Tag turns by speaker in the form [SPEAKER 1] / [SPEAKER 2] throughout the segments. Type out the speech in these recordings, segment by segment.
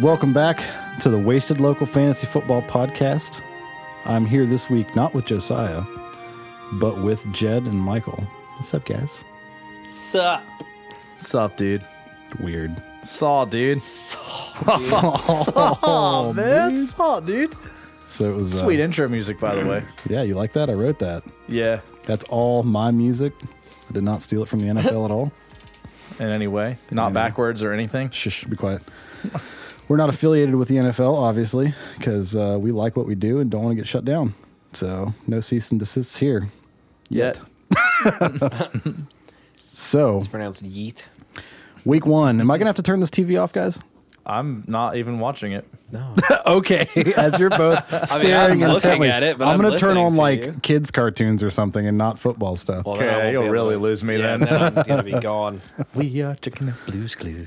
[SPEAKER 1] Welcome back to the Wasted Local Fantasy Football Podcast. I'm here this week not with Josiah, but with Jed and Michael. What's up, guys?
[SPEAKER 2] Sup?
[SPEAKER 3] Sup, dude.
[SPEAKER 1] Weird.
[SPEAKER 3] Saw, dude.
[SPEAKER 1] Oh,
[SPEAKER 3] man, saw, dude.
[SPEAKER 1] So it was uh,
[SPEAKER 3] Sweet intro music, by the way.
[SPEAKER 1] Yeah, you like that? I wrote that.
[SPEAKER 3] Yeah.
[SPEAKER 1] That's all my music. I did not steal it from the NFL at all.
[SPEAKER 3] In any way, not backwards or anything.
[SPEAKER 1] Shh, be quiet. We're not affiliated with the NFL, obviously, because uh, we like what we do and don't want to get shut down. So no cease and desists here.
[SPEAKER 3] Yet.
[SPEAKER 1] So
[SPEAKER 2] Pronounced yeet.
[SPEAKER 1] week one. Am I gonna have to turn this TV off, guys?
[SPEAKER 3] I'm not even watching it.
[SPEAKER 2] No.
[SPEAKER 1] okay, as you're both staring
[SPEAKER 2] I'm looking
[SPEAKER 1] intently,
[SPEAKER 2] at it, but
[SPEAKER 1] I'm,
[SPEAKER 2] I'm
[SPEAKER 1] gonna turn
[SPEAKER 2] listening
[SPEAKER 1] on
[SPEAKER 2] to
[SPEAKER 1] like
[SPEAKER 2] you.
[SPEAKER 1] kids cartoons or something and not football stuff.
[SPEAKER 2] Well, then I
[SPEAKER 3] Okay,
[SPEAKER 2] won't be
[SPEAKER 3] you'll
[SPEAKER 2] able
[SPEAKER 3] really
[SPEAKER 2] to-
[SPEAKER 3] lose me
[SPEAKER 2] yeah,
[SPEAKER 3] then.
[SPEAKER 2] I'm gonna be gone.
[SPEAKER 3] We are checking out Blues Clues.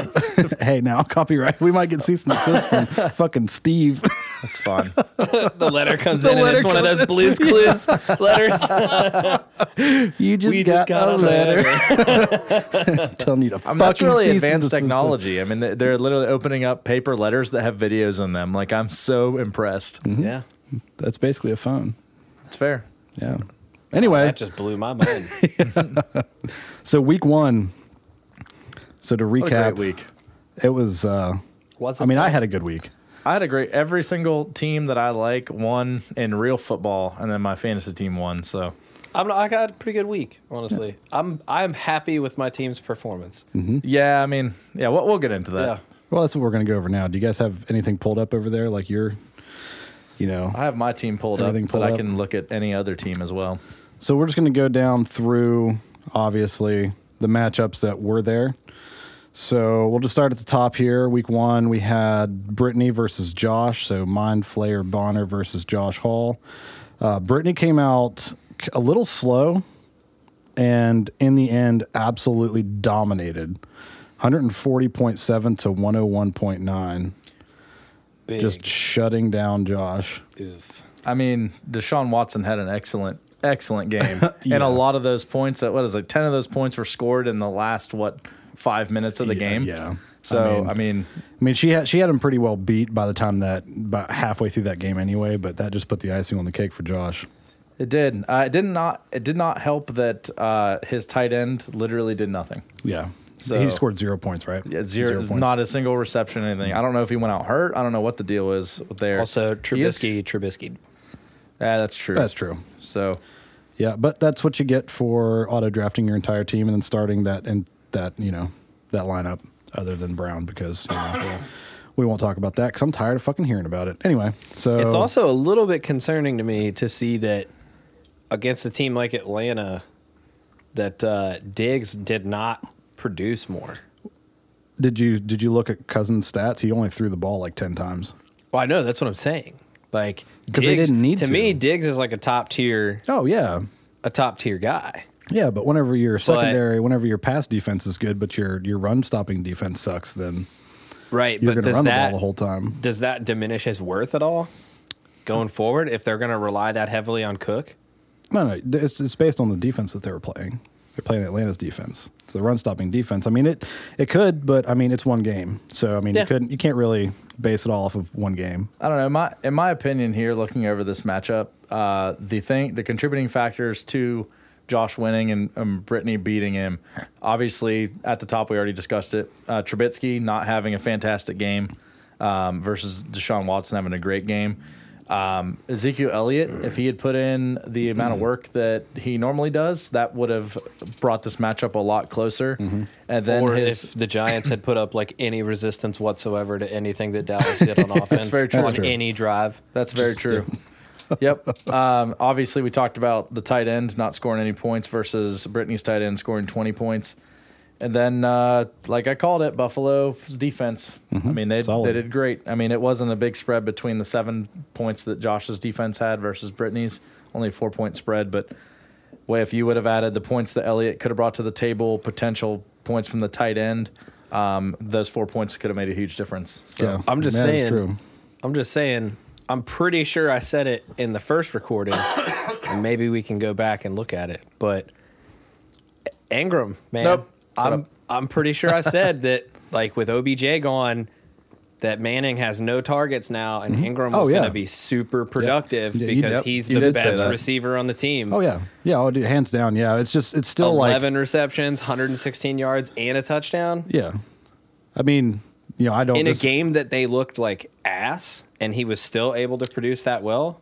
[SPEAKER 1] hey, now copyright. We might get cease and desist from fucking Steve.
[SPEAKER 3] That's fun.
[SPEAKER 2] The letter comes in,
[SPEAKER 1] letter
[SPEAKER 2] and it's one of
[SPEAKER 1] comes
[SPEAKER 2] those Blues Clues letters.
[SPEAKER 1] you just,
[SPEAKER 2] we
[SPEAKER 1] got,
[SPEAKER 2] just got
[SPEAKER 1] a letter, telling you to
[SPEAKER 3] I mean,
[SPEAKER 1] fucking.
[SPEAKER 3] that's really
[SPEAKER 1] cease and
[SPEAKER 3] advanced
[SPEAKER 1] desist.
[SPEAKER 3] technology. I mean, they- they're literally opening up paper letters that have videos in them. Like, I'm so impressed.
[SPEAKER 2] yeah.
[SPEAKER 3] Mm-hmm.
[SPEAKER 1] That's basically a phone.
[SPEAKER 3] It's fair.
[SPEAKER 1] Yeah. Anyway,
[SPEAKER 2] That just blew my mind.
[SPEAKER 1] so week one. So to
[SPEAKER 3] What a
[SPEAKER 1] recap,
[SPEAKER 3] great week.
[SPEAKER 1] it was. uh
[SPEAKER 2] Was
[SPEAKER 1] I mean, I had a good week.
[SPEAKER 3] I had a great. Every single team that I like won in real football, and then my fantasy team won. So
[SPEAKER 2] I'm not, I got a pretty good week, honestly. I'm I'm happy with my team's performance.
[SPEAKER 1] Hmm?
[SPEAKER 3] Mm-hmm. yeah, I mean, yeah, we'll, we'll get into that.
[SPEAKER 2] Yeah.
[SPEAKER 1] Well, that's what we're going to go over now. Do you guys have anything pulled up over there? Like your, you know.
[SPEAKER 3] I have my team pulled
[SPEAKER 1] Everything
[SPEAKER 3] up,
[SPEAKER 1] pulled
[SPEAKER 3] but
[SPEAKER 1] up.
[SPEAKER 3] I can look at any other team as well.
[SPEAKER 1] So we're just going to go down through, obviously, the matchups that were there. So we'll just start at the top here. Week one, we had Brittany versus Josh. So Mind Flayer Bonner versus Josh Hall. Uh, Brittany came out c- a little slow and in the end, absolutely dominated 140.7 to 101.9,
[SPEAKER 2] Big
[SPEAKER 1] just shutting down Josh.
[SPEAKER 2] oof.
[SPEAKER 3] I mean, Deshaun Watson had an excellent, excellent game, and
[SPEAKER 1] Yeah.
[SPEAKER 3] a lot of those points. That what is it? Ten of those points were scored in the last what five minutes of the
[SPEAKER 1] Yeah,
[SPEAKER 3] game.
[SPEAKER 1] yeah.
[SPEAKER 3] So
[SPEAKER 1] I
[SPEAKER 3] I mean,
[SPEAKER 1] I mean, she had she had him pretty well beat by the time that about halfway through that game anyway. But that just put the icing on the cake for Josh.
[SPEAKER 3] it did. Uh, it did not. It did not help that uh, his tight end literally did nothing.
[SPEAKER 1] Yeah,
[SPEAKER 3] So-
[SPEAKER 1] he scored zero points, right?
[SPEAKER 3] Yeah, zero,
[SPEAKER 1] points.
[SPEAKER 3] not a single reception, anything. I don't know if he went out hurt. I don't know what the deal is there.
[SPEAKER 2] Also,
[SPEAKER 3] He is-
[SPEAKER 2] Trubisky, Trubisky.
[SPEAKER 3] Yeah, that's true.
[SPEAKER 1] That's true.
[SPEAKER 3] So
[SPEAKER 1] Yeah, but that's what you get for auto drafting your entire team and then starting that and that you know that lineup other than Brown because you know, we won't talk about that because I'm tired of fucking hearing about it. Anyway, so
[SPEAKER 3] Oh.
[SPEAKER 2] It's also a little bit concerning to me to see that against a team like Atlanta, that uh, Diggs did not produce more.
[SPEAKER 1] did you did you look at Cousins' stats? He only threw the ball like ten times.
[SPEAKER 2] Well, I know that's what I'm saying. Like
[SPEAKER 1] 'Cause they
[SPEAKER 2] Diggs-
[SPEAKER 1] didn't need to.
[SPEAKER 2] me, Diggs is like a top tier,
[SPEAKER 1] Oh yeah,
[SPEAKER 2] a top tier guy.
[SPEAKER 1] Yeah, but whenever your secondary, whenever your pass defense is good, but your your run stopping defense sucks, then
[SPEAKER 2] Right,
[SPEAKER 1] you're
[SPEAKER 2] but
[SPEAKER 1] going to
[SPEAKER 2] does
[SPEAKER 1] run
[SPEAKER 2] that
[SPEAKER 1] the ball the whole time.
[SPEAKER 2] does that diminish his worth at all going forward if they're going to rely that heavily on Cook?
[SPEAKER 1] No, no, it's, it's based on the defense that they were playing. They're playing Atlanta's defense, so the run stopping defense. I mean, it it could, but I mean, it's one game, so I mean,
[SPEAKER 2] Yeah.
[SPEAKER 1] you couldn't, you can't really base it all off of one game.
[SPEAKER 3] I don't know. My in my opinion here, looking over this matchup, uh, the thing, the contributing factors to Josh winning and um, Brittany beating him. Obviously, at the top, we already discussed it. Uh, Trubisky not having a fantastic game um, versus Deshaun Watson having a great game. Um, Ezekiel Elliott, if he had put in the amount of work that he normally does, that would have brought this matchup a lot closer. And then
[SPEAKER 2] Mm-hmm. or
[SPEAKER 3] his,
[SPEAKER 2] if the Giants had put up like any resistance whatsoever to anything that Dallas did on offense
[SPEAKER 3] very true.
[SPEAKER 2] on
[SPEAKER 3] That's
[SPEAKER 1] true.
[SPEAKER 2] any drive.
[SPEAKER 3] That's very true. yep. Um, obviously, we talked about the tight end not scoring any points versus Brittany's tight end scoring 20 points. And then, uh, like I called it, Buffalo's defense. I mean, they,
[SPEAKER 1] Mm-hmm. Solid.
[SPEAKER 3] they did great. I mean, it wasn't a big spread between the seven points that Josh's defense had versus Brittany's, only a four point spread. But way, if you would have added the points that Elliott could have brought to the table, potential points from the tight end, um, those four points could have made a huge difference. So.
[SPEAKER 1] Yeah.
[SPEAKER 2] I'm just
[SPEAKER 1] That is
[SPEAKER 2] saying.
[SPEAKER 1] true.
[SPEAKER 2] I'm just saying. I'm pretty sure I said it in the first recording, and maybe we can go back and look at it. But Ingram, man,
[SPEAKER 3] Nope. Shut
[SPEAKER 2] I'm
[SPEAKER 3] up.
[SPEAKER 2] I'm pretty sure I said that like with OBJ gone, that Manning has no targets now, and Ingram
[SPEAKER 1] Oh,
[SPEAKER 2] was
[SPEAKER 1] yeah.
[SPEAKER 2] going to be super productive
[SPEAKER 1] Yeah, you-
[SPEAKER 2] because
[SPEAKER 1] yep.
[SPEAKER 2] he's
[SPEAKER 3] You
[SPEAKER 2] the
[SPEAKER 3] did say
[SPEAKER 2] best
[SPEAKER 3] that.
[SPEAKER 2] receiver on the team.
[SPEAKER 1] Oh yeah, yeah. Oh, dude, hands down. Yeah, it's just it's still like
[SPEAKER 2] 11 receptions, 116 yards, and a touchdown
[SPEAKER 1] Yeah. I mean, you know, I don't.
[SPEAKER 2] in
[SPEAKER 1] dis-
[SPEAKER 2] a game that they looked like ass, and he was still able to produce that well.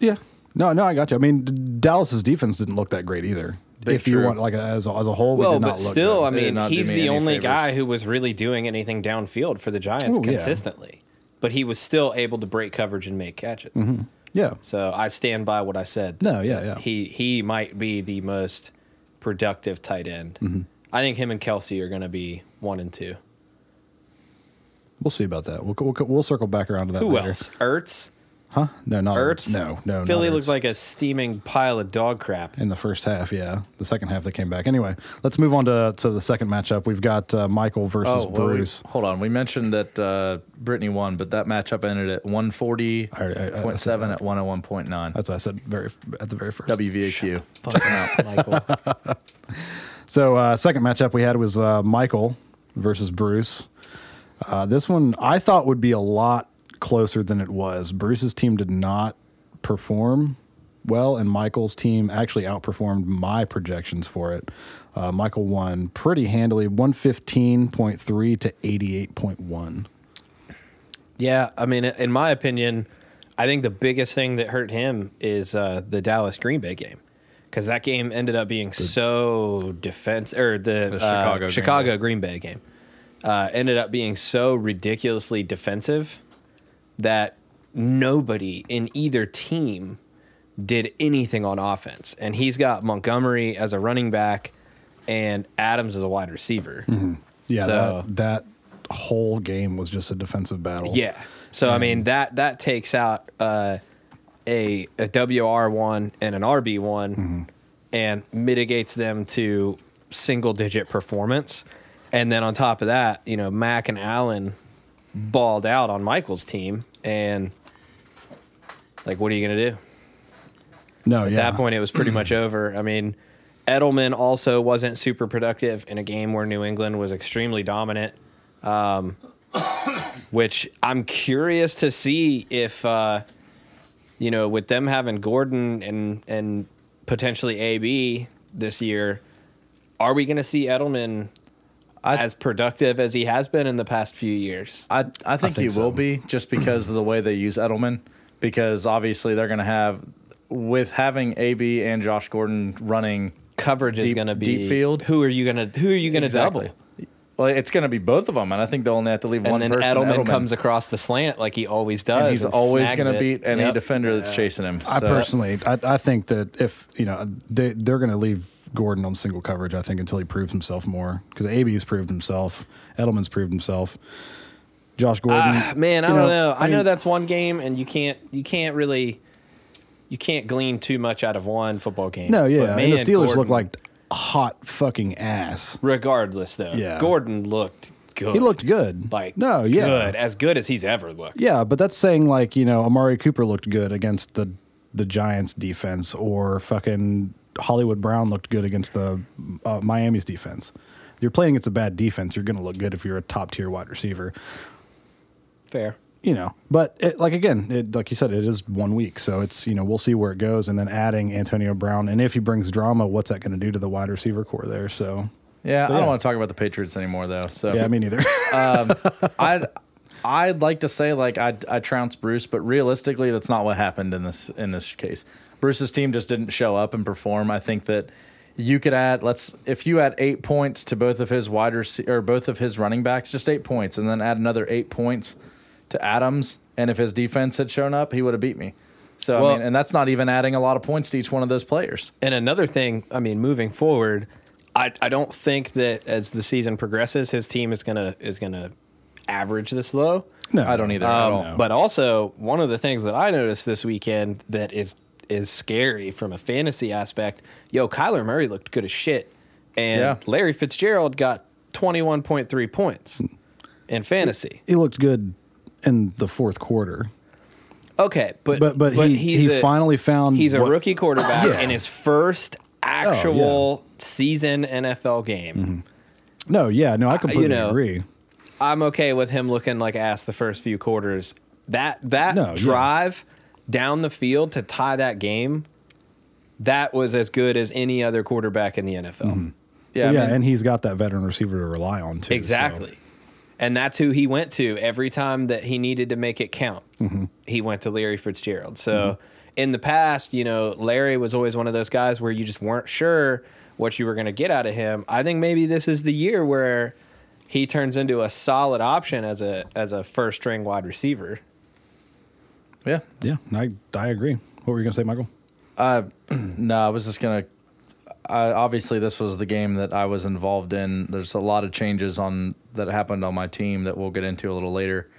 [SPEAKER 1] Yeah. No, no, I got you. I mean, D- Dallas's defense didn't look that great either.
[SPEAKER 3] Big
[SPEAKER 1] if you
[SPEAKER 3] true.
[SPEAKER 1] want, like as a, as a whole, we
[SPEAKER 2] Well,
[SPEAKER 1] did not
[SPEAKER 2] but
[SPEAKER 1] look
[SPEAKER 2] still,
[SPEAKER 1] good.
[SPEAKER 2] I
[SPEAKER 3] They did
[SPEAKER 2] mean,
[SPEAKER 3] not do
[SPEAKER 2] he's
[SPEAKER 3] me
[SPEAKER 2] the
[SPEAKER 3] any
[SPEAKER 2] only
[SPEAKER 3] favors.
[SPEAKER 2] guy who was really doing anything downfield for the Giants
[SPEAKER 1] Ooh, yeah.
[SPEAKER 2] consistently, but he was still able to break coverage and make catches.
[SPEAKER 1] yeah,
[SPEAKER 2] So I stand by what I said.
[SPEAKER 1] Mm-hmm. No, yeah, yeah.
[SPEAKER 2] He he might be the most productive tight end.
[SPEAKER 1] Mm-hmm.
[SPEAKER 2] I think him and Kelsey are going to be one and two.
[SPEAKER 1] we'll see about that. We'll we'll, we'll circle back around to that.
[SPEAKER 2] Who
[SPEAKER 1] later.
[SPEAKER 2] else? Ertz.
[SPEAKER 1] Huh? No, not
[SPEAKER 2] Ertz.
[SPEAKER 1] Um, No, no.
[SPEAKER 2] Philly
[SPEAKER 1] not
[SPEAKER 2] looks
[SPEAKER 1] Ertz.
[SPEAKER 2] like a steaming pile of dog crap.
[SPEAKER 1] in the first half. Yeah, the second half they came back. Anyway, let's move on to to the second matchup. We've got uh, Michael versus
[SPEAKER 3] Oh, well, we-
[SPEAKER 1] Bruce.
[SPEAKER 3] hold on. We mentioned that uh, Brittany won, but that matchup ended at one forty
[SPEAKER 1] already- I- I- I said
[SPEAKER 3] point seven at one hundred one point nine.
[SPEAKER 1] That's what I said very at the very first.
[SPEAKER 3] WVAQ.
[SPEAKER 2] Fuck out, Michael.
[SPEAKER 1] So uh, second matchup we had was uh, Michael versus Bruce. Uh, this one I thought would be a lot closer than it was. Bruce's team did not perform well, and Michael's team actually outperformed my projections for it. Uh, Michael won pretty handily, one fifteen point three to eighty eight point one.
[SPEAKER 2] Yeah, I mean, in my opinion, I think the biggest thing that hurt him is uh, the Dallas Green Bay game because that game ended up being so defense or the,
[SPEAKER 3] The
[SPEAKER 2] Chicago
[SPEAKER 3] Chicago Green
[SPEAKER 2] Chicago Green Bay game uh, ended up being so ridiculously defensive that nobody in either team did anything on offense, and he's got Montgomery as a running back and Adams as a wide receiver.
[SPEAKER 1] Yeah,
[SPEAKER 2] So-
[SPEAKER 1] that, that whole game was just a defensive battle.
[SPEAKER 2] Yeah. So I mean that that takes out uh, a a WR one and an RB one, and mitigates them to single digit performance. And then on top of that, you know Mac and Allen balled out on Michael's team, and like, what are you gonna do?
[SPEAKER 1] no, yeah,
[SPEAKER 2] At that point, it was pretty much over. I mean, Edelman also wasn't super productive in a game where New England was extremely dominant. Um, which I'm curious to see if, uh, you know, with them having Gordon and and potentially AB this year, are we going to see Edelman
[SPEAKER 3] I-
[SPEAKER 2] as productive as he has been in the past few years?
[SPEAKER 3] I, I think he
[SPEAKER 1] think so.
[SPEAKER 3] will be just because of the way they use Edelman. Because obviously they're going to have, with having AB and Josh Gordon running
[SPEAKER 2] Coverage is
[SPEAKER 3] Deep-
[SPEAKER 2] going to be
[SPEAKER 3] deep field?
[SPEAKER 2] Who are you going to who are you going to double?
[SPEAKER 3] Well, it's going to be both of them, and I think they'll only have to leave
[SPEAKER 2] and
[SPEAKER 3] one
[SPEAKER 2] then
[SPEAKER 3] person.
[SPEAKER 2] Edelman, comes across the slant like he always does.
[SPEAKER 3] and he's
[SPEAKER 2] and
[SPEAKER 3] always
[SPEAKER 2] snags
[SPEAKER 3] going to
[SPEAKER 2] it.
[SPEAKER 3] beat any
[SPEAKER 2] Yep.
[SPEAKER 3] defender that's chasing him.
[SPEAKER 1] I
[SPEAKER 3] So-
[SPEAKER 1] personally, I, I think that if you know they they're going to leave Gordon on single coverage, I think until he proves himself more because AB's proved himself, Edelman's proved himself, Josh Gordon.
[SPEAKER 2] Ah, man, I
[SPEAKER 1] you
[SPEAKER 2] don't know. I, know
[SPEAKER 1] mean,
[SPEAKER 2] that's one game, and you can't you can't really you can't glean too much out of one football game.
[SPEAKER 1] No, yeah,
[SPEAKER 2] But
[SPEAKER 1] and the
[SPEAKER 2] man,
[SPEAKER 1] Steelers
[SPEAKER 2] Gordon-
[SPEAKER 1] look like hot fucking ass.
[SPEAKER 2] regardless though.
[SPEAKER 1] Yeah.
[SPEAKER 2] Gordon looked good.
[SPEAKER 1] He looked good.
[SPEAKER 2] like
[SPEAKER 1] no, yeah,
[SPEAKER 2] good as good as he's ever looked.
[SPEAKER 1] Yeah, but that's saying like you know Amari Cooper looked good against the the Giants defense, or fucking Hollywood Brown looked good against the uh, Miami's defense. You're playing against a bad defense. You're going to look good if you're a top tier wide receiver,
[SPEAKER 2] Fair.
[SPEAKER 1] you know. But it, like again, it, like you said, it is one week, so it's you know we'll see where it goes. And then adding Antonio Brown, and if he brings drama, what's that going to do to the wide receiver core there? So
[SPEAKER 3] Yeah,
[SPEAKER 1] So,
[SPEAKER 3] I
[SPEAKER 1] yeah.
[SPEAKER 3] don't want to talk about the Patriots anymore, though. So
[SPEAKER 1] yeah, me neither.
[SPEAKER 3] I'd I'd like to say like I I trounce Bruce, but realistically, that's not what happened in this in this case. Bruce's team just didn't show up and perform. I think that you could add let's if you add eight points to both of his wide rece- or both of his running backs, just eight points, and then add another eight points to Adams. And if his defense had shown up, he would have beat me. So
[SPEAKER 2] Well-
[SPEAKER 3] I mean, and that's not even adding a lot of points to each one of those players.
[SPEAKER 2] And another thing, I mean, moving forward, I, I don't think that as the season progresses, his team is gonna is gonna average this low.
[SPEAKER 1] no,
[SPEAKER 3] I don't either at all.
[SPEAKER 2] Um, but also, one of the things that I noticed this weekend that is is scary from a fantasy aspect. Yo, Kyler Murray looked good as shit, and
[SPEAKER 3] Yeah.
[SPEAKER 2] Larry Fitzgerald got twenty one point three points in fantasy.
[SPEAKER 1] He looked good in the fourth quarter,
[SPEAKER 2] Okay, but
[SPEAKER 1] but but, he,
[SPEAKER 2] he's
[SPEAKER 1] he
[SPEAKER 2] a,
[SPEAKER 1] finally found
[SPEAKER 2] he's a
[SPEAKER 1] what-
[SPEAKER 2] rookie quarterback
[SPEAKER 1] Yeah. Oh,
[SPEAKER 2] in his first actual season NFL game.
[SPEAKER 1] Mm-hmm. No, yeah, no, I completely
[SPEAKER 2] know,
[SPEAKER 1] agree.
[SPEAKER 2] I'm okay with him looking like ass the first few quarters. That that
[SPEAKER 1] No, yeah.
[SPEAKER 2] drive down the field to tie that game, that was as good as any other quarterback in the NFL.
[SPEAKER 1] Mm-hmm.
[SPEAKER 3] Yeah, I
[SPEAKER 1] yeah,
[SPEAKER 3] mean,
[SPEAKER 1] and he's got that veteran receiver to rely on too. so-
[SPEAKER 2] Exactly. And that's who he went to every time that he needed to make it count. He went to Larry Fitzgerald. So in the past, you know, Larry was always one of those guys where you just weren't sure what you were going to get out of him. I think maybe this is the year where he turns into a solid option as a as a first string wide receiver.
[SPEAKER 3] yeah.
[SPEAKER 1] Yeah, I I agree. What were you gonna say, Michael?
[SPEAKER 3] No, I was just gonna. I, obviously, this was the game that I was involved in. There's a lot of changes on that happened on my team that we'll get into a little later.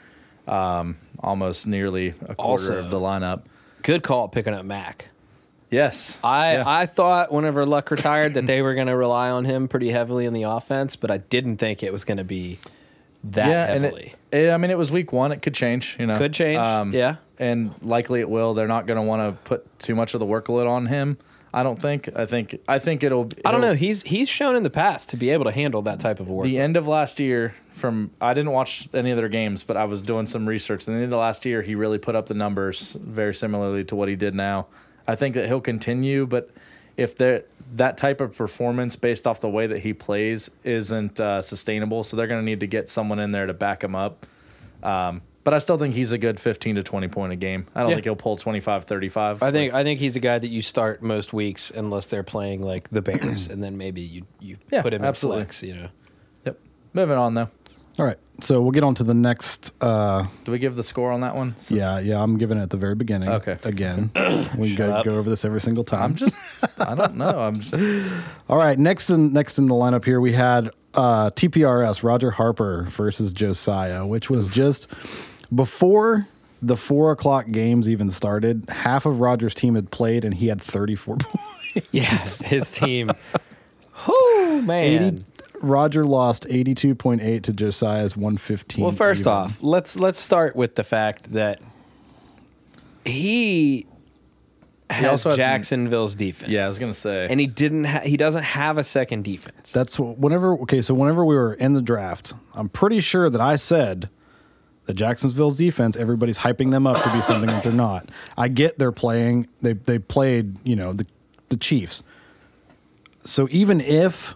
[SPEAKER 3] Um, almost nearly a quarter
[SPEAKER 2] Also-
[SPEAKER 3] of the lineup.
[SPEAKER 2] Good call picking up Mac.
[SPEAKER 3] Yes,
[SPEAKER 2] I,
[SPEAKER 3] Yeah.
[SPEAKER 2] I thought whenever Luck retired that they were going to rely on him pretty heavily in the offense, but I didn't think it was going to be that
[SPEAKER 3] and
[SPEAKER 2] heavily.
[SPEAKER 3] it, it- I mean, it was week one. It could change. You know, Um,
[SPEAKER 2] Could change, yeah.
[SPEAKER 3] and likely it will. They're not going to want to put too much of the workload on him. I don't think. I think. I think it'll.
[SPEAKER 2] I don't know.
[SPEAKER 3] it'll-
[SPEAKER 2] He's he's shown in the past to be able to handle that type of work.
[SPEAKER 3] the end of last year from I didn't watch any of their games, but I was doing some research. And the end of last year, he really put up the numbers very similarly to what he did now. I think that he'll continue, but if there that type of performance based off the way that he plays isn't uh, sustainable, so they're going to need to get someone in there to back him up. Um, but I still think he's a good 15 to 20 point a game. I don't
[SPEAKER 2] Yeah.
[SPEAKER 3] think he'll pull 25, 35.
[SPEAKER 2] I think I think he's a guy that you start most weeks unless they're playing like the Bears, and then maybe you you
[SPEAKER 3] Yeah,
[SPEAKER 2] put him
[SPEAKER 3] absolutely.
[SPEAKER 2] in flex. You know,
[SPEAKER 3] Yep. Moving on though.
[SPEAKER 1] All right, so we'll get on to the next. Uh,
[SPEAKER 3] Do we give the score on that one? Since-
[SPEAKER 1] yeah, yeah, I'm giving it at the very beginning.
[SPEAKER 3] Okay.
[SPEAKER 1] Again, we go,
[SPEAKER 2] up.
[SPEAKER 1] go over this every single time.
[SPEAKER 3] I'm just. I don't know. I'm just.
[SPEAKER 1] All right, next in next in the lineup here we had uh, TPRS Roger Harper versus Josiah, which was just before the four o'clock games even started. Half of Roger's team had played, and he had thirty four points.
[SPEAKER 2] yes, his team. Oh man.
[SPEAKER 1] Roger lost eighty two point eight to Josiah's one fifteen.
[SPEAKER 2] Well, first off, let's let's start with the fact that he has
[SPEAKER 3] also has-
[SPEAKER 2] Jacksonville's defense.
[SPEAKER 3] Yeah, I was gonna say.
[SPEAKER 2] and he didn't. Ha- he doesn't have a second defense.
[SPEAKER 1] That's wh- whenever okay, so whenever we were in the draft, I'm pretty sure that I said the Jacksonville's defense, everybody's hyping them up to be something that they're not. I get they're playing, they they played, you know, the the Chiefs. So even if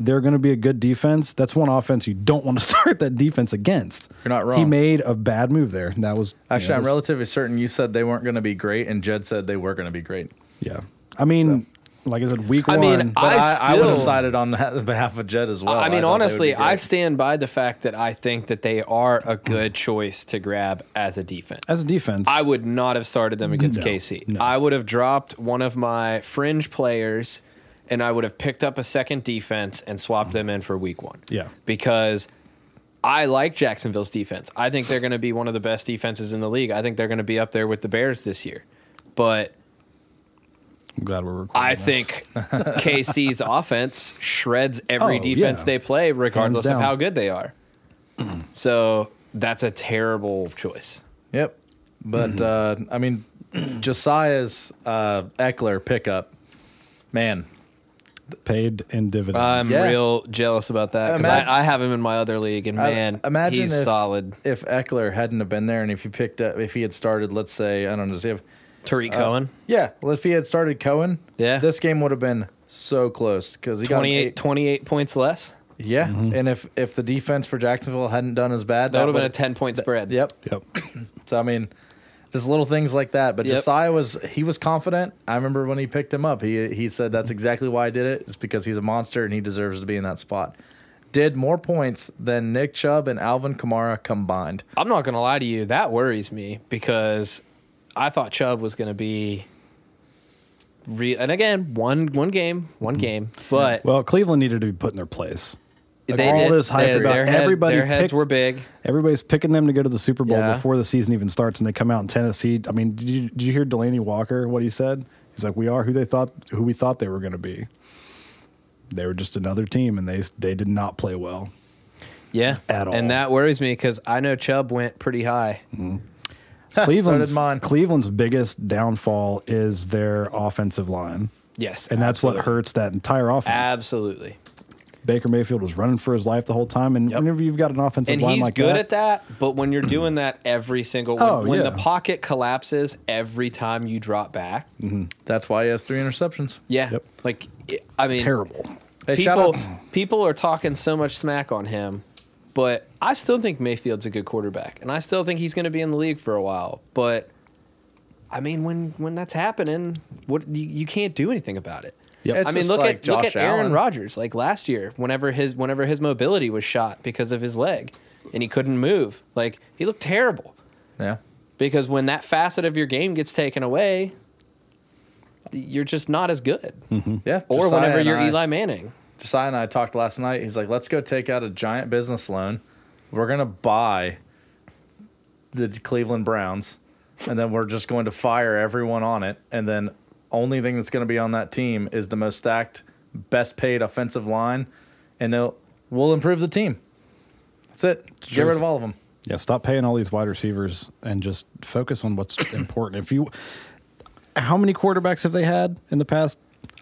[SPEAKER 1] they're going to be a good defense, that's one offense you don't want to start that defense against.
[SPEAKER 3] You're not
[SPEAKER 1] He
[SPEAKER 3] wrong.
[SPEAKER 1] made a bad move there. That was
[SPEAKER 3] Actually,
[SPEAKER 1] yeah,
[SPEAKER 3] I'm
[SPEAKER 1] that's-
[SPEAKER 3] relatively certain you said they weren't going to be great, and Jed said they were going to be great.
[SPEAKER 1] Yeah. I mean, like I said, week
[SPEAKER 2] I
[SPEAKER 1] one.
[SPEAKER 2] mean,
[SPEAKER 3] But I, I, would have
[SPEAKER 2] still-
[SPEAKER 3] sided on that, behalf of Jed as well.
[SPEAKER 2] I mean,
[SPEAKER 3] Oh, thought they would be
[SPEAKER 2] honestly, I
[SPEAKER 3] great.
[SPEAKER 2] stand by the fact that I think that they are a good choice to grab as a defense.
[SPEAKER 1] as a defense,
[SPEAKER 2] I would not have started them against
[SPEAKER 1] No,
[SPEAKER 2] KC.
[SPEAKER 1] no.
[SPEAKER 2] I would have dropped one of my fringe players and I would have picked up a second defense and swapped them in for week one.
[SPEAKER 1] Yeah.
[SPEAKER 2] Because I like Jacksonville's defense. I think they're going to be one of the best defenses in the league. I think they're going to be up there with the Bears this year. But
[SPEAKER 1] I'm glad we're recording.
[SPEAKER 2] I
[SPEAKER 1] this.
[SPEAKER 2] think KC's offense shreds every
[SPEAKER 1] Oh,
[SPEAKER 2] defense
[SPEAKER 1] yeah.
[SPEAKER 2] they play, regardless of
[SPEAKER 1] down.
[SPEAKER 2] how good they are. so that's a terrible choice.
[SPEAKER 3] Yep. But
[SPEAKER 2] Mm-hmm.
[SPEAKER 3] uh, I mean, Josiah's uh, Eckler pickup, man.
[SPEAKER 1] paid in dividends.
[SPEAKER 2] I'm
[SPEAKER 3] Yeah.
[SPEAKER 2] real jealous about that 'cause
[SPEAKER 3] Imag-
[SPEAKER 2] I, I have him in my other league, and
[SPEAKER 3] I-
[SPEAKER 2] man,
[SPEAKER 3] imagine
[SPEAKER 2] he's
[SPEAKER 3] if,
[SPEAKER 2] solid.
[SPEAKER 3] If Eckler hadn't have been there, and if he picked up, if he had started, let's say, I don't know, does he have?
[SPEAKER 2] Tariq
[SPEAKER 3] uh,
[SPEAKER 2] Cohen,
[SPEAKER 3] Yeah, well, if he had started Cohen,
[SPEAKER 2] Yeah.
[SPEAKER 3] this game would have been so close because he got an
[SPEAKER 2] 28,
[SPEAKER 3] eight-
[SPEAKER 2] 28 points less.
[SPEAKER 3] Yeah, and if if the defense for Jacksonville hadn't done as bad,
[SPEAKER 2] Mm-hmm. That, would have been a
[SPEAKER 3] would've-
[SPEAKER 2] 10 point spread.
[SPEAKER 3] Yep,
[SPEAKER 1] yep.
[SPEAKER 3] So I mean, just little things like that. But
[SPEAKER 2] Yep.
[SPEAKER 3] Josiah was he was confident. I remember when he picked him up. He he said that's exactly why I did it. It's because he's a monster and he deserves to be in that spot. Did more points than Nick Chubb and Alvin Kamara combined.
[SPEAKER 2] I'm not going to lie to you. That worries me because I thought Chubb was going to be. Re- and again, one one game,
[SPEAKER 3] Mm-hmm.
[SPEAKER 2] one game, but
[SPEAKER 1] Well, Cleveland needed to be put in their place. Like,
[SPEAKER 2] They
[SPEAKER 1] all
[SPEAKER 2] did.
[SPEAKER 1] this hype
[SPEAKER 2] Their-
[SPEAKER 1] about
[SPEAKER 2] their head-
[SPEAKER 1] everybody
[SPEAKER 2] Their heads
[SPEAKER 1] picked-
[SPEAKER 2] were big.
[SPEAKER 1] Everybody's picking them to go to the Super Bowl
[SPEAKER 2] Yeah.
[SPEAKER 1] before the season even starts, and they come out in Tennessee. I mean, did you, did you hear Delaney Walker? What he said? He's like, "We are who they thought, who we thought they were going to be. They were just another team, and they they did not play well."
[SPEAKER 2] Yeah,
[SPEAKER 1] At all.
[SPEAKER 2] and that worries me because I know Chubb went pretty high.
[SPEAKER 1] Cleveland's
[SPEAKER 3] mine.
[SPEAKER 1] Cleveland's biggest downfall is their offensive line,
[SPEAKER 2] Yes,
[SPEAKER 1] and that's what hurts that entire offense.
[SPEAKER 2] absolutely.
[SPEAKER 1] Baker Mayfield was running for his life the whole time. And
[SPEAKER 2] Yep.
[SPEAKER 1] whenever you've got an offensive
[SPEAKER 2] and
[SPEAKER 1] line
[SPEAKER 2] he's
[SPEAKER 1] like
[SPEAKER 2] good
[SPEAKER 1] that,
[SPEAKER 2] at that. But when you're doing that every single when,
[SPEAKER 1] Oh,
[SPEAKER 2] when
[SPEAKER 1] yeah.
[SPEAKER 2] the pocket collapses every time you drop back,
[SPEAKER 3] That's why he has three interceptions.
[SPEAKER 2] yeah,
[SPEAKER 1] Mm-hmm. Yep.
[SPEAKER 2] like it- I mean,
[SPEAKER 1] terrible.
[SPEAKER 3] Hey, shout
[SPEAKER 2] people
[SPEAKER 3] outs.
[SPEAKER 2] people are talking so much smack on him, but I still think Mayfield's a good quarterback, and I still think he's going to be in the league for a while. But I mean, when when that's happening, what you, you can't do anything about it.
[SPEAKER 1] Yep.
[SPEAKER 3] It's
[SPEAKER 2] I mean,
[SPEAKER 3] just
[SPEAKER 2] look
[SPEAKER 3] like
[SPEAKER 2] at look
[SPEAKER 3] Josh
[SPEAKER 2] at Aaron
[SPEAKER 3] Allen.
[SPEAKER 2] Rodgers. Like last year, whenever his whenever his mobility was shot because of his leg, and he couldn't move, like he looked terrible.
[SPEAKER 3] Yeah.
[SPEAKER 2] Because when that facet of your game gets taken away, you're just not as good.
[SPEAKER 3] Yeah.
[SPEAKER 2] Hmm. Or
[SPEAKER 3] Hmm. Josiah
[SPEAKER 2] whenever
[SPEAKER 3] and
[SPEAKER 2] you're
[SPEAKER 3] I-
[SPEAKER 2] Eli Manning.
[SPEAKER 3] Josiah and I talked last night. He's like, let's go take out a giant business loan. We're going to buy the Cleveland Browns, and then we're just going to fire everyone on it. And then only thing that's going to be on that team is the most stacked, best paid offensive line, and they'll we'll improve the team. That's it. Get
[SPEAKER 1] Sure.
[SPEAKER 3] rid of all of them.
[SPEAKER 1] Yeah, stop paying all these wide receivers and just focus on what's important. If you, how many quarterbacks have they had in the past?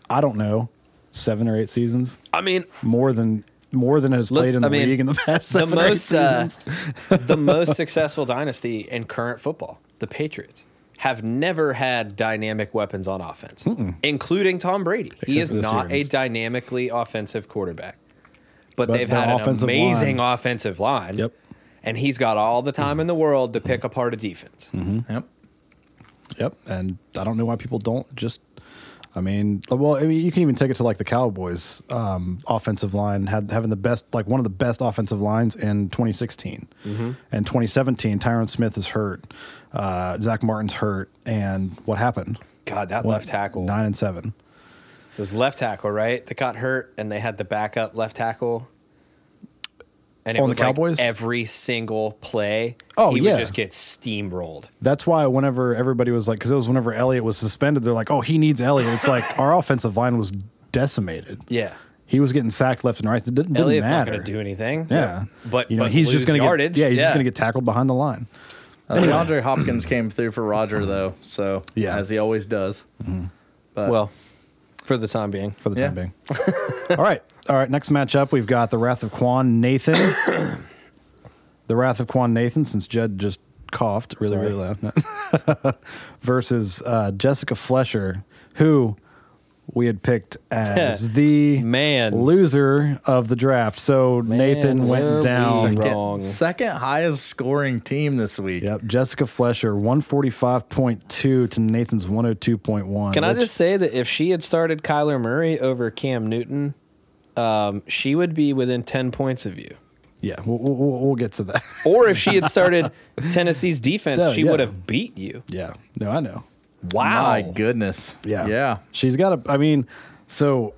[SPEAKER 1] I don't know, seven or eight seasons.
[SPEAKER 2] I mean,
[SPEAKER 1] More than more than has
[SPEAKER 2] Let's-
[SPEAKER 1] played in the
[SPEAKER 2] I mean,
[SPEAKER 1] league in the past.
[SPEAKER 2] the
[SPEAKER 1] Seven or eight
[SPEAKER 2] most uh,
[SPEAKER 1] seasons.
[SPEAKER 2] the most successful dynasty in current football, the Patriots, have never had dynamic weapons on offense, including Tom Brady.
[SPEAKER 1] Except
[SPEAKER 2] he is
[SPEAKER 1] for this
[SPEAKER 2] not
[SPEAKER 1] year.
[SPEAKER 2] a dynamically offensive quarterback, but,
[SPEAKER 1] But
[SPEAKER 2] they've
[SPEAKER 1] their
[SPEAKER 2] had an
[SPEAKER 1] offensive
[SPEAKER 2] amazing
[SPEAKER 1] line-
[SPEAKER 2] offensive line.
[SPEAKER 1] Yep. Mm-hmm.
[SPEAKER 2] And he's got all the time in the world to pick apart a defense.
[SPEAKER 3] Yep.
[SPEAKER 1] Yep, and I don't know why people don't just. I mean, well, I mean, you can even take it to like the Cowboys' um, offensive line had having the best, like one of the best offensive lines in 2016
[SPEAKER 2] Mm-hmm.
[SPEAKER 1] and 2017. Tyron Smith is hurt, uh, Zach Martin's hurt, and what happened?
[SPEAKER 2] God, that left tackle.
[SPEAKER 1] nine and seven.
[SPEAKER 2] It was left tackle, right? That got hurt, and they had the backup left tackle. And it
[SPEAKER 1] On the
[SPEAKER 2] was like
[SPEAKER 1] Cowboys?
[SPEAKER 2] every single play,
[SPEAKER 1] Oh,
[SPEAKER 2] he
[SPEAKER 1] yeah.
[SPEAKER 2] would just get steamrolled.
[SPEAKER 1] That's why whenever everybody was like, because it was whenever Elliott was suspended, they're like, oh, he needs Elliott. It's like our offensive line was decimated.
[SPEAKER 2] Yeah,
[SPEAKER 1] He was getting sacked left and right. It didn't, didn't
[SPEAKER 2] Elliott's not
[SPEAKER 1] matter.
[SPEAKER 2] going to do anything.
[SPEAKER 1] Yeah,
[SPEAKER 2] but
[SPEAKER 1] you know
[SPEAKER 2] but
[SPEAKER 1] he's just going to
[SPEAKER 2] yardage.
[SPEAKER 1] get yeah he's just going to get tackled behind the line.
[SPEAKER 3] I think Andre Uh, Hopkins came through for Roger though, so
[SPEAKER 1] Yeah.
[SPEAKER 3] as he always does. But
[SPEAKER 2] well for the time being.
[SPEAKER 1] for the time
[SPEAKER 3] Yeah.
[SPEAKER 1] being. All right. All right. Next matchup, we've got the Wrath of Quan Nathan. the Wrath of Quan Nathan, since Jed just coughed really,
[SPEAKER 2] Sorry.
[SPEAKER 1] really loud. No. Versus uh, Jessica Flesher, who we had picked as the
[SPEAKER 2] Man.
[SPEAKER 1] loser of the draft. So Nathan
[SPEAKER 2] were
[SPEAKER 1] went
[SPEAKER 2] we
[SPEAKER 1] down.
[SPEAKER 2] wrong.
[SPEAKER 3] Second-
[SPEAKER 2] Wrong.
[SPEAKER 3] Second highest scoring team this week.
[SPEAKER 1] Yep. Jessica Flesher, 145.2 to Nathan's 102.1.
[SPEAKER 2] Can I
[SPEAKER 1] which-
[SPEAKER 2] just say that if she had started Kyler Murray over Cam Newton, um, she would be within ten points of you.
[SPEAKER 1] Yeah, we'll, we'll- we'll, we'll get to that.
[SPEAKER 2] Or if she had started Tennessee's defense,
[SPEAKER 1] No,
[SPEAKER 2] she
[SPEAKER 1] yeah.
[SPEAKER 2] would have beat you.
[SPEAKER 1] yeah. No, I know.
[SPEAKER 2] Wow.
[SPEAKER 3] My goodness.
[SPEAKER 1] Yeah.
[SPEAKER 3] Yeah.
[SPEAKER 1] She's got a, I mean, so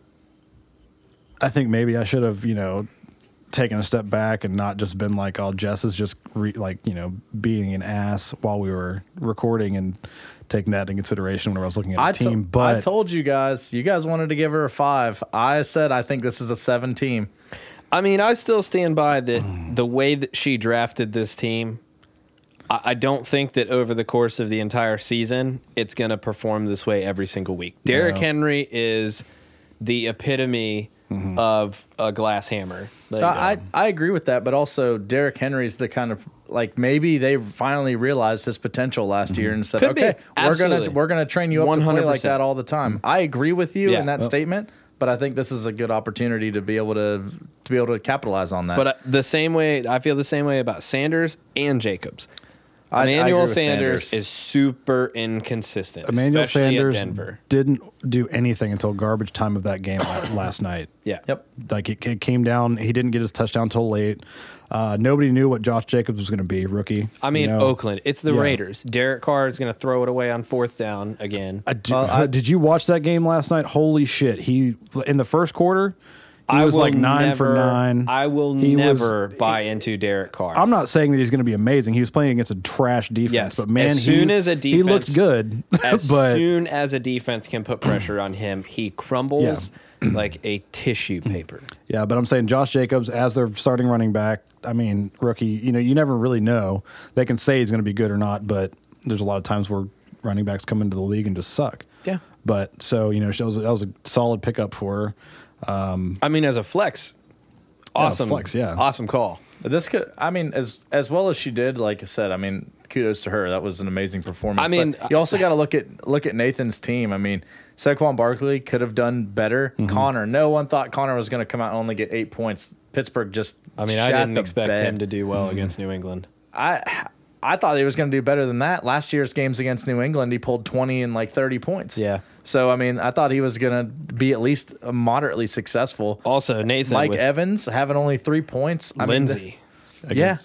[SPEAKER 1] I think maybe I should have, you know, taken a step back and not just been like, oh, Jess is just re, like, you know, being an ass while we were recording and taking that into consideration whenever I was looking at the
[SPEAKER 3] I to-
[SPEAKER 1] team. but
[SPEAKER 3] I told you guys, you guys wanted to give her a five. I said I think this is a seven team.
[SPEAKER 2] I mean, I still stand by that
[SPEAKER 3] Mm.
[SPEAKER 2] the way that she drafted this team. I, I don't think that over the course of the entire season, it's going to perform this way every single week. Derrick
[SPEAKER 1] No.
[SPEAKER 2] Henry is the epitome of a glass hammer. Like,
[SPEAKER 3] So Mm-hmm. I, I agree with that, but also Derrick Henry's the kind of like maybe they finally realized his potential last
[SPEAKER 2] Mm-hmm.
[SPEAKER 3] year and said,
[SPEAKER 2] Could be.
[SPEAKER 3] okay, we're
[SPEAKER 2] Absolutely.
[SPEAKER 3] gonna we're gonna train you up to play like
[SPEAKER 2] 100%.
[SPEAKER 3] that all the time. I agree with you
[SPEAKER 2] Mm-hmm. Yeah.
[SPEAKER 3] in that
[SPEAKER 2] Well-
[SPEAKER 3] statement, but I think this is a good opportunity to be able to to be able to capitalize on that.
[SPEAKER 2] but uh, the same way, I feel the same way about Sanders and Jacobs.
[SPEAKER 3] I- I agree
[SPEAKER 2] Emmanuel
[SPEAKER 3] with
[SPEAKER 2] Sanders,
[SPEAKER 3] Sanders.
[SPEAKER 2] is super inconsistent.
[SPEAKER 1] Emmanuel
[SPEAKER 2] especially
[SPEAKER 1] Sanders
[SPEAKER 2] at Denver.
[SPEAKER 1] didn't do anything until garbage time of that game la- last night.
[SPEAKER 2] Yeah.
[SPEAKER 3] yep.
[SPEAKER 1] Like it, it came down, he didn't get his touchdown till late. Uh, nobody knew what Josh Jacobs was going to be, rookie.
[SPEAKER 2] I mean,
[SPEAKER 1] you know?
[SPEAKER 2] Oakland. It's the
[SPEAKER 1] Yeah.
[SPEAKER 2] Raiders. Derek Carr is going to throw it away on fourth down again.
[SPEAKER 1] I do,
[SPEAKER 3] Well, I-
[SPEAKER 1] did you watch that game last night? Holy shit! He in the first quarter, he was
[SPEAKER 2] will
[SPEAKER 1] like nine for
[SPEAKER 2] never-
[SPEAKER 1] nine.
[SPEAKER 2] I will
[SPEAKER 1] He was-
[SPEAKER 2] never buy into Derek Carr.
[SPEAKER 1] I'm not saying that he's going to be amazing. He was playing against a trash defense,
[SPEAKER 2] Yes,
[SPEAKER 1] but man,
[SPEAKER 2] as soon
[SPEAKER 1] he,
[SPEAKER 2] as a
[SPEAKER 1] he looked
[SPEAKER 2] defense-
[SPEAKER 1] good.
[SPEAKER 2] as
[SPEAKER 1] but
[SPEAKER 2] soon as a defense can put pressure on him, he crumbles like a tissue paper.
[SPEAKER 1] yeah, but I'm saying Josh Jacobs as their starting running back. I mean, rookie. You know, you never really know. They can say he's going to be good or not, but there's a lot of times where running backs come into the league and just suck.
[SPEAKER 2] Yeah.
[SPEAKER 1] But so you know, that was, that was a solid pickup for her.
[SPEAKER 2] I mean, as a flex, Awesome.
[SPEAKER 1] flex, yeah.
[SPEAKER 2] Awesome call.
[SPEAKER 3] This could, I mean, as as well as she did, like I said, I mean, kudos to her. That was an amazing performance.
[SPEAKER 2] I mean,
[SPEAKER 3] But you also got to look at look at Nathan's team. I mean, Saquon Barkley could have done better.
[SPEAKER 2] Mm-hmm.
[SPEAKER 3] Connor, no one thought Connor was going to come out and only get eight points. Pittsburgh just,
[SPEAKER 2] I mean, I
[SPEAKER 3] shat
[SPEAKER 2] didn't
[SPEAKER 3] the
[SPEAKER 2] expect
[SPEAKER 3] bed.
[SPEAKER 2] him to do
[SPEAKER 1] Mm-hmm.
[SPEAKER 2] well against New England.
[SPEAKER 3] I I thought he was going to do better than that. Last year's games against New England, he pulled twenty and like thirty points.
[SPEAKER 2] Yeah.
[SPEAKER 3] So I mean, I thought he was going to be at least moderately successful.
[SPEAKER 2] Also, Nathan
[SPEAKER 3] Mike
[SPEAKER 2] with
[SPEAKER 3] Evans having only three points. I mean,
[SPEAKER 2] Lindsey.
[SPEAKER 3] th- yeah,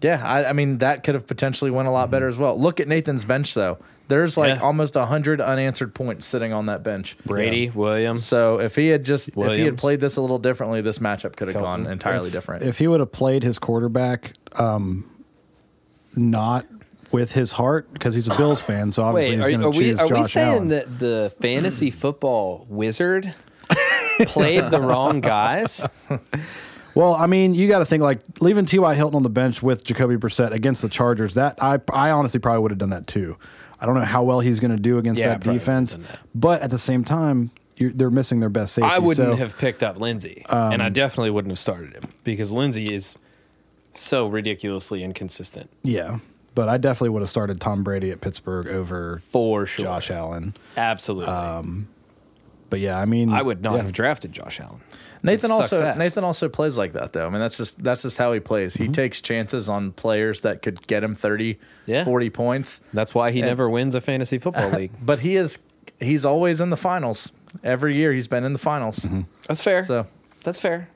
[SPEAKER 3] yeah. I, I mean, that could have potentially went a lot better as well. Look at Nathan's bench though. There's like
[SPEAKER 2] Mm-hmm. Yeah.
[SPEAKER 3] almost almost hundred unanswered points sitting on that bench.
[SPEAKER 2] Brady Williams.
[SPEAKER 3] So if he had just if he had
[SPEAKER 2] Williams.
[SPEAKER 3] played this a little differently, this matchup could have gone entirely different.
[SPEAKER 1] If he would have played his quarterback, um, not with his heart, because he's a Bills fan, so obviously
[SPEAKER 2] Wait, are,
[SPEAKER 1] he's
[SPEAKER 2] are
[SPEAKER 1] going to
[SPEAKER 2] we
[SPEAKER 1] choose
[SPEAKER 2] are
[SPEAKER 1] Josh
[SPEAKER 2] we saying
[SPEAKER 1] Allen.
[SPEAKER 2] that the fantasy football wizard played the wrong guys?
[SPEAKER 1] Well, I mean, you got to think like leaving T.Y. Hilton on the bench with Jacoby Brissett against the Chargers. That I, I honestly probably would have done that too. I don't know how well he's going to do against
[SPEAKER 2] Yeah, I
[SPEAKER 1] that
[SPEAKER 2] probably would've
[SPEAKER 1] defense,
[SPEAKER 2] done that.
[SPEAKER 1] but at the same time, you're, they're missing their best safety.
[SPEAKER 2] I wouldn't
[SPEAKER 1] so-
[SPEAKER 2] have picked up Lindsey,
[SPEAKER 3] um,
[SPEAKER 2] and I definitely wouldn't have started him because Lindsey is so ridiculously inconsistent
[SPEAKER 1] Yeah, but I definitely would have started Tom Brady at Pittsburgh over
[SPEAKER 2] for sure.
[SPEAKER 1] Josh Allen.
[SPEAKER 2] Absolutely,
[SPEAKER 3] Um,
[SPEAKER 1] But yeah, I mean,
[SPEAKER 2] I would not
[SPEAKER 1] yeah.
[SPEAKER 2] have drafted Josh Allen.
[SPEAKER 3] Nathan
[SPEAKER 2] It sucks
[SPEAKER 3] also
[SPEAKER 2] ass.
[SPEAKER 3] Nathan also plays like that though. I mean that's just that's just how he plays.
[SPEAKER 2] Mm-hmm.
[SPEAKER 3] He takes chances on players that could get him 30,
[SPEAKER 2] Yeah.
[SPEAKER 3] 40 points.
[SPEAKER 2] That's why he never wins a fantasy football league.
[SPEAKER 3] But he is he's always in the finals. Every year he's been in the finals.
[SPEAKER 2] That's fair.
[SPEAKER 3] So
[SPEAKER 2] That's fair.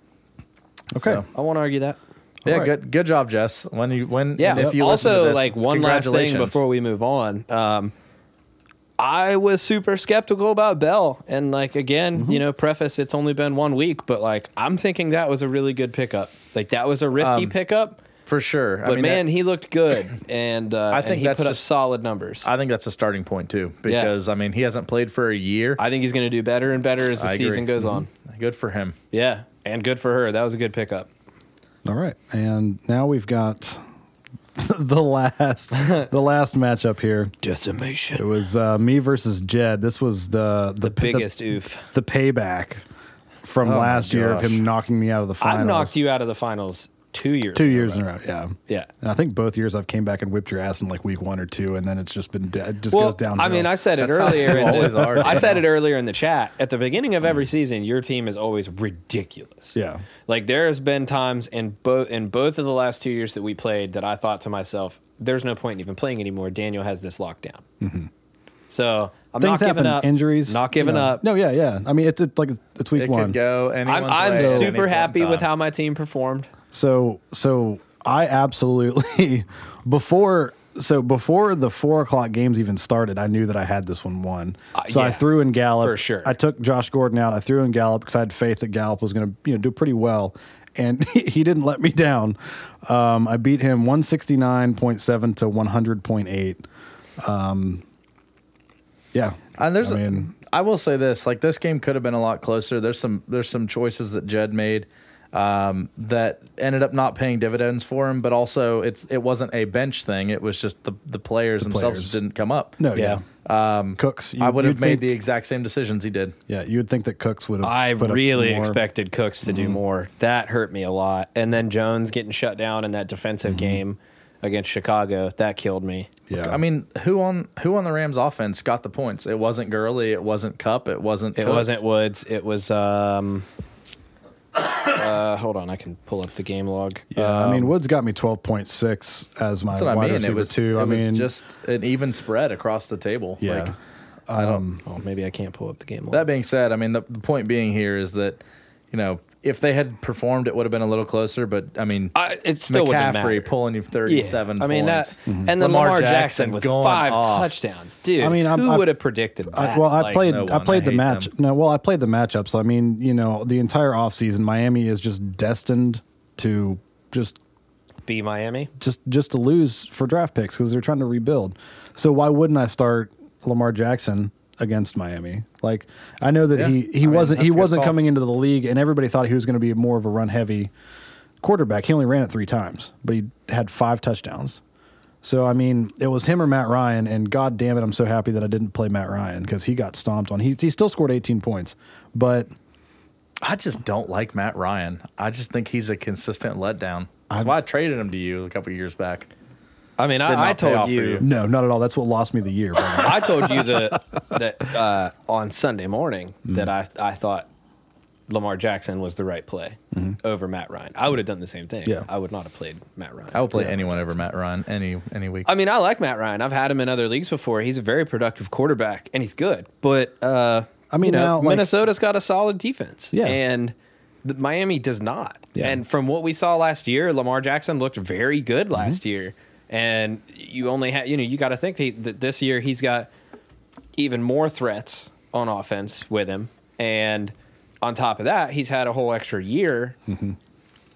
[SPEAKER 1] Okay,
[SPEAKER 3] So-
[SPEAKER 2] I won't argue that.
[SPEAKER 3] yeah,
[SPEAKER 1] All right.
[SPEAKER 3] good good job, Jess. When you when
[SPEAKER 2] Yeah.
[SPEAKER 3] and if you listen to
[SPEAKER 2] also,
[SPEAKER 3] this,
[SPEAKER 2] like one last thing
[SPEAKER 3] congratulations.
[SPEAKER 2] before we move on. Um, I was super skeptical about Bell, and like again,
[SPEAKER 3] Mm-hmm.
[SPEAKER 2] you know, preface it's only been one week, but like I'm thinking that was a really good pickup. Like that was a risky pickup,
[SPEAKER 3] for sure.
[SPEAKER 2] but
[SPEAKER 3] Um, I mean,
[SPEAKER 2] man,
[SPEAKER 3] that-
[SPEAKER 2] he looked good, and uh, I
[SPEAKER 3] think
[SPEAKER 2] think he
[SPEAKER 3] that's
[SPEAKER 2] put up
[SPEAKER 3] just-
[SPEAKER 2] solid numbers. I,
[SPEAKER 3] I think that's a starting point too because I mean he hasn't played for a year.
[SPEAKER 2] think he's going to do better and better as the
[SPEAKER 3] I agree. Mm-hmm.
[SPEAKER 2] season goes on.
[SPEAKER 3] good for him.
[SPEAKER 2] Yeah, and good for her. That was a good pickup.
[SPEAKER 1] all right, and now we've got the last the last matchup here. It
[SPEAKER 2] Decimation.
[SPEAKER 1] was uh, me versus Jed. This was the the,
[SPEAKER 2] The biggest oof.
[SPEAKER 1] the, payback from
[SPEAKER 3] my
[SPEAKER 1] last year of
[SPEAKER 3] gosh.
[SPEAKER 1] him knocking me out of the finals.
[SPEAKER 2] Oh I've knocked you out of the finals two years.
[SPEAKER 1] two
[SPEAKER 2] in a
[SPEAKER 1] years
[SPEAKER 2] row.
[SPEAKER 1] in a row. Yeah,
[SPEAKER 2] Yeah.
[SPEAKER 1] And I think both years I've came back and whipped your ass in like week one or two, and then it's just been de- it just
[SPEAKER 2] Well,
[SPEAKER 1] goes downhill.
[SPEAKER 2] I mean, I said it
[SPEAKER 3] That's how
[SPEAKER 2] earlier.
[SPEAKER 3] you
[SPEAKER 2] In
[SPEAKER 3] always
[SPEAKER 2] the,
[SPEAKER 3] are,
[SPEAKER 2] I
[SPEAKER 3] dude.
[SPEAKER 2] said it earlier in the chat. At the beginning of every season, your team is always ridiculous.
[SPEAKER 1] Yeah.
[SPEAKER 2] Like there has been times in both in both of the last two years that we played that I thought to myself, "There's no point in even playing anymore." Daniel has this lockdown. So
[SPEAKER 1] Mm-hmm.
[SPEAKER 2] I'm
[SPEAKER 1] things
[SPEAKER 2] not giving
[SPEAKER 1] happen.
[SPEAKER 2] up.
[SPEAKER 1] Injuries,
[SPEAKER 2] Not
[SPEAKER 1] you
[SPEAKER 2] giving
[SPEAKER 1] know.
[SPEAKER 2] up.
[SPEAKER 1] No, yeah, yeah. I mean, it's, it's like it's week
[SPEAKER 3] It
[SPEAKER 1] one.
[SPEAKER 3] could go
[SPEAKER 2] I'm,
[SPEAKER 3] anyone's way
[SPEAKER 2] I'm
[SPEAKER 3] at any point
[SPEAKER 2] super
[SPEAKER 3] in
[SPEAKER 2] happy with
[SPEAKER 3] time.
[SPEAKER 2] how my team performed.
[SPEAKER 1] So so I absolutely before so before the four o'clock games even started, I knew that I had this one won.
[SPEAKER 2] Uh,
[SPEAKER 1] so I
[SPEAKER 2] yeah,
[SPEAKER 1] threw in Gallup
[SPEAKER 2] for sure.
[SPEAKER 1] I took Josh Gordon out. I threw in Gallup because I had faith that Gallup was going to you know do pretty well, and he, he didn't let me down. Um, I beat him one sixty nine point seven to one hundred point eight. Um, yeah,
[SPEAKER 3] And there's,
[SPEAKER 1] I mean,
[SPEAKER 3] I will say this: like this game could have been a lot closer. There's some, there's some choices that Jed made um, that ended up not paying dividends for him. But also, it's it wasn't a bench thing. It was just the the players themselves
[SPEAKER 1] players.
[SPEAKER 3] didn't come up.
[SPEAKER 1] no, yeah. Um, Cooks, you,
[SPEAKER 3] I would have
[SPEAKER 1] you'd
[SPEAKER 3] made
[SPEAKER 1] think-
[SPEAKER 3] the exact same decisions he did.
[SPEAKER 1] yeah. You would think that Cooks would have.
[SPEAKER 2] I
[SPEAKER 1] put up some
[SPEAKER 2] really
[SPEAKER 1] more. Mm-hmm.
[SPEAKER 2] expected Cooks to do more. That hurt me a lot. And then Jones getting shut down in that defensive game against Chicago, that killed me.
[SPEAKER 1] Mm-hmm. Yeah,
[SPEAKER 3] I mean, who on who on the Rams offense got the points? It wasn't Gurley. It wasn't Cup. It wasn't.
[SPEAKER 2] It
[SPEAKER 3] Cooks.
[SPEAKER 2] wasn't Woods. It was um uh, hold on, I can pull up the game log.
[SPEAKER 1] Yeah,
[SPEAKER 2] Um,
[SPEAKER 1] I mean, Woods got me twelve point six as my
[SPEAKER 3] That's what
[SPEAKER 1] wide
[SPEAKER 3] I mean.
[SPEAKER 1] receiver
[SPEAKER 3] It was
[SPEAKER 1] too.
[SPEAKER 3] It
[SPEAKER 1] I
[SPEAKER 3] was
[SPEAKER 1] mean,
[SPEAKER 3] just an even spread across the table.
[SPEAKER 1] yeah,
[SPEAKER 3] Like, I don't.
[SPEAKER 2] oh, maybe I can't pull up the game log.
[SPEAKER 3] That being said, I mean the, the point being here is that you know if they had performed, it would have been a little closer. But I mean,
[SPEAKER 2] I, it still
[SPEAKER 3] McCaffrey
[SPEAKER 2] wouldn't matter.
[SPEAKER 3] pulling you
[SPEAKER 2] Yeah.
[SPEAKER 3] thirty-seven.
[SPEAKER 2] I mean
[SPEAKER 3] points.
[SPEAKER 1] Mhm.
[SPEAKER 2] that, and
[SPEAKER 1] Mm-hmm.
[SPEAKER 2] then Lamar, Jackson, with
[SPEAKER 3] going
[SPEAKER 2] five
[SPEAKER 3] off.
[SPEAKER 2] touchdowns, dude.
[SPEAKER 1] I mean, I'm-
[SPEAKER 2] who
[SPEAKER 1] I'm-
[SPEAKER 2] would have predicted that?
[SPEAKER 1] I, well, I
[SPEAKER 2] Like,
[SPEAKER 1] played.
[SPEAKER 3] no
[SPEAKER 1] I
[SPEAKER 3] one.
[SPEAKER 1] played
[SPEAKER 3] I
[SPEAKER 1] the
[SPEAKER 3] hate
[SPEAKER 1] match.
[SPEAKER 3] them.
[SPEAKER 1] No, well, I played the matchups. I mean, you know, the entire offseason, Miami is just destined to just
[SPEAKER 2] be Miami.
[SPEAKER 1] just just to lose for draft picks because they're trying to rebuild. So why wouldn't I start Lamar Jackson against Miami? Like I know that
[SPEAKER 3] Yeah.
[SPEAKER 1] he
[SPEAKER 3] I
[SPEAKER 1] he
[SPEAKER 3] mean,
[SPEAKER 1] wasn't he
[SPEAKER 3] that's a good
[SPEAKER 1] wasn't
[SPEAKER 3] call.
[SPEAKER 1] coming into the league, and everybody thought he was going to be more of a run heavy quarterback. He only ran it three times, but he had five touchdowns. So I mean, it was him or Matt Ryan, and God damn it, I'm so happy that I didn't play Matt Ryan because he got stomped on. He he still scored 18 points, but
[SPEAKER 3] I just don't like Matt Ryan. I just think he's a consistent letdown. That's
[SPEAKER 1] I-
[SPEAKER 3] why I traded him to you a couple years back.
[SPEAKER 2] I mean,
[SPEAKER 3] Did
[SPEAKER 2] I, I
[SPEAKER 3] not pay off
[SPEAKER 2] told
[SPEAKER 3] for
[SPEAKER 2] you,
[SPEAKER 3] you.
[SPEAKER 1] No, not at all. That's what lost me the year. brother.
[SPEAKER 2] I told you that that uh, on Sunday morning that I I thought Lamar Jackson was the right play over Matt Ryan. I would have done the same thing.
[SPEAKER 1] Yeah.
[SPEAKER 2] I would not have played Matt Ryan.
[SPEAKER 3] I would play anyone over Matt Ryan any any week.
[SPEAKER 2] I mean, I like Matt Ryan. I've had him in other leagues before. He's a very productive quarterback, and he's good. But uh,
[SPEAKER 1] I mean,
[SPEAKER 2] you know,
[SPEAKER 1] now, like-
[SPEAKER 2] Minnesota's got a solid defense,
[SPEAKER 1] Yeah.
[SPEAKER 2] and the, Miami does not.
[SPEAKER 1] Yeah.
[SPEAKER 2] And from what we saw last year, Lamar Jackson looked very good last year. And you only had, you know, you got to think he, that this year he's got even more threats on offense with him, and on top of that, he's had a whole extra year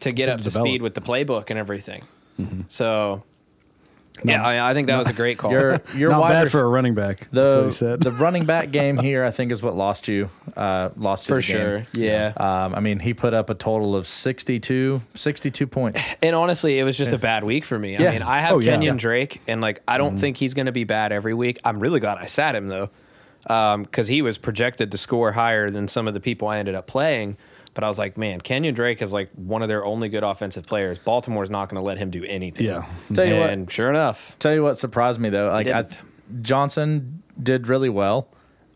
[SPEAKER 2] to get up to
[SPEAKER 1] develop.
[SPEAKER 2] speed with the playbook and everything. So yeah, I, I think that was a great call.
[SPEAKER 3] Your your
[SPEAKER 1] not
[SPEAKER 3] wide
[SPEAKER 1] bad
[SPEAKER 3] rec-
[SPEAKER 1] for a running back.
[SPEAKER 3] the
[SPEAKER 1] that's what he said.
[SPEAKER 3] the running back game here. I think is what lost you. Uh, lost you
[SPEAKER 2] for
[SPEAKER 3] the game.
[SPEAKER 2] sure. Yeah.
[SPEAKER 3] Um, I mean, he put up a total of 62, 62 points.
[SPEAKER 2] and honestly, it was just a bad week for me. I
[SPEAKER 3] Yeah.
[SPEAKER 2] mean, I have
[SPEAKER 1] Oh, yeah. Mm-hmm.
[SPEAKER 2] Kenyon
[SPEAKER 1] Yeah.
[SPEAKER 2] Drake, and like, I don't think he's going to be bad every week. I'm really glad I sat him though, because he was projected to score higher than some of the people I ended up playing. But I was like, man, Kenyon Drake is like one of their only good offensive players. Baltimore's not going to let him do anything.
[SPEAKER 1] Yeah.
[SPEAKER 3] Tell you what-
[SPEAKER 2] and sure enough,
[SPEAKER 3] Tell you what surprised me though, like I,
[SPEAKER 2] didn't.
[SPEAKER 3] Johnson did really well